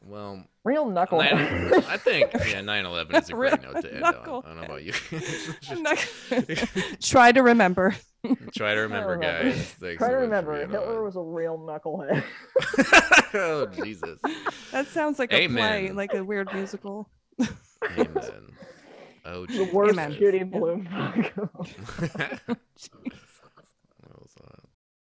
Speaker 2: Well,
Speaker 4: Real knuckle. [LAUGHS]
Speaker 2: nine- I think yeah, 9/11 is a great
Speaker 3: Real
Speaker 2: note to end on. I
Speaker 3: knuckle.
Speaker 2: don't know about you. [LAUGHS]
Speaker 3: I'm not- [LAUGHS] Try to remember.
Speaker 2: Try to remember,
Speaker 4: remember.
Speaker 2: guys. Thanks so
Speaker 4: Try to
Speaker 2: much for
Speaker 4: remember,
Speaker 2: being
Speaker 4: Hitler
Speaker 2: on.
Speaker 4: was a real knucklehead. [LAUGHS]
Speaker 2: oh Jesus.
Speaker 3: That sounds like a play,
Speaker 2: Amen.
Speaker 3: like a weird musical.
Speaker 2: Amen. Oh
Speaker 4: the
Speaker 2: Jesus. [LAUGHS]
Speaker 4: worst
Speaker 3: Amen.
Speaker 4: [LAUGHS] Judy Bloom.
Speaker 3: [LAUGHS]
Speaker 2: Amen.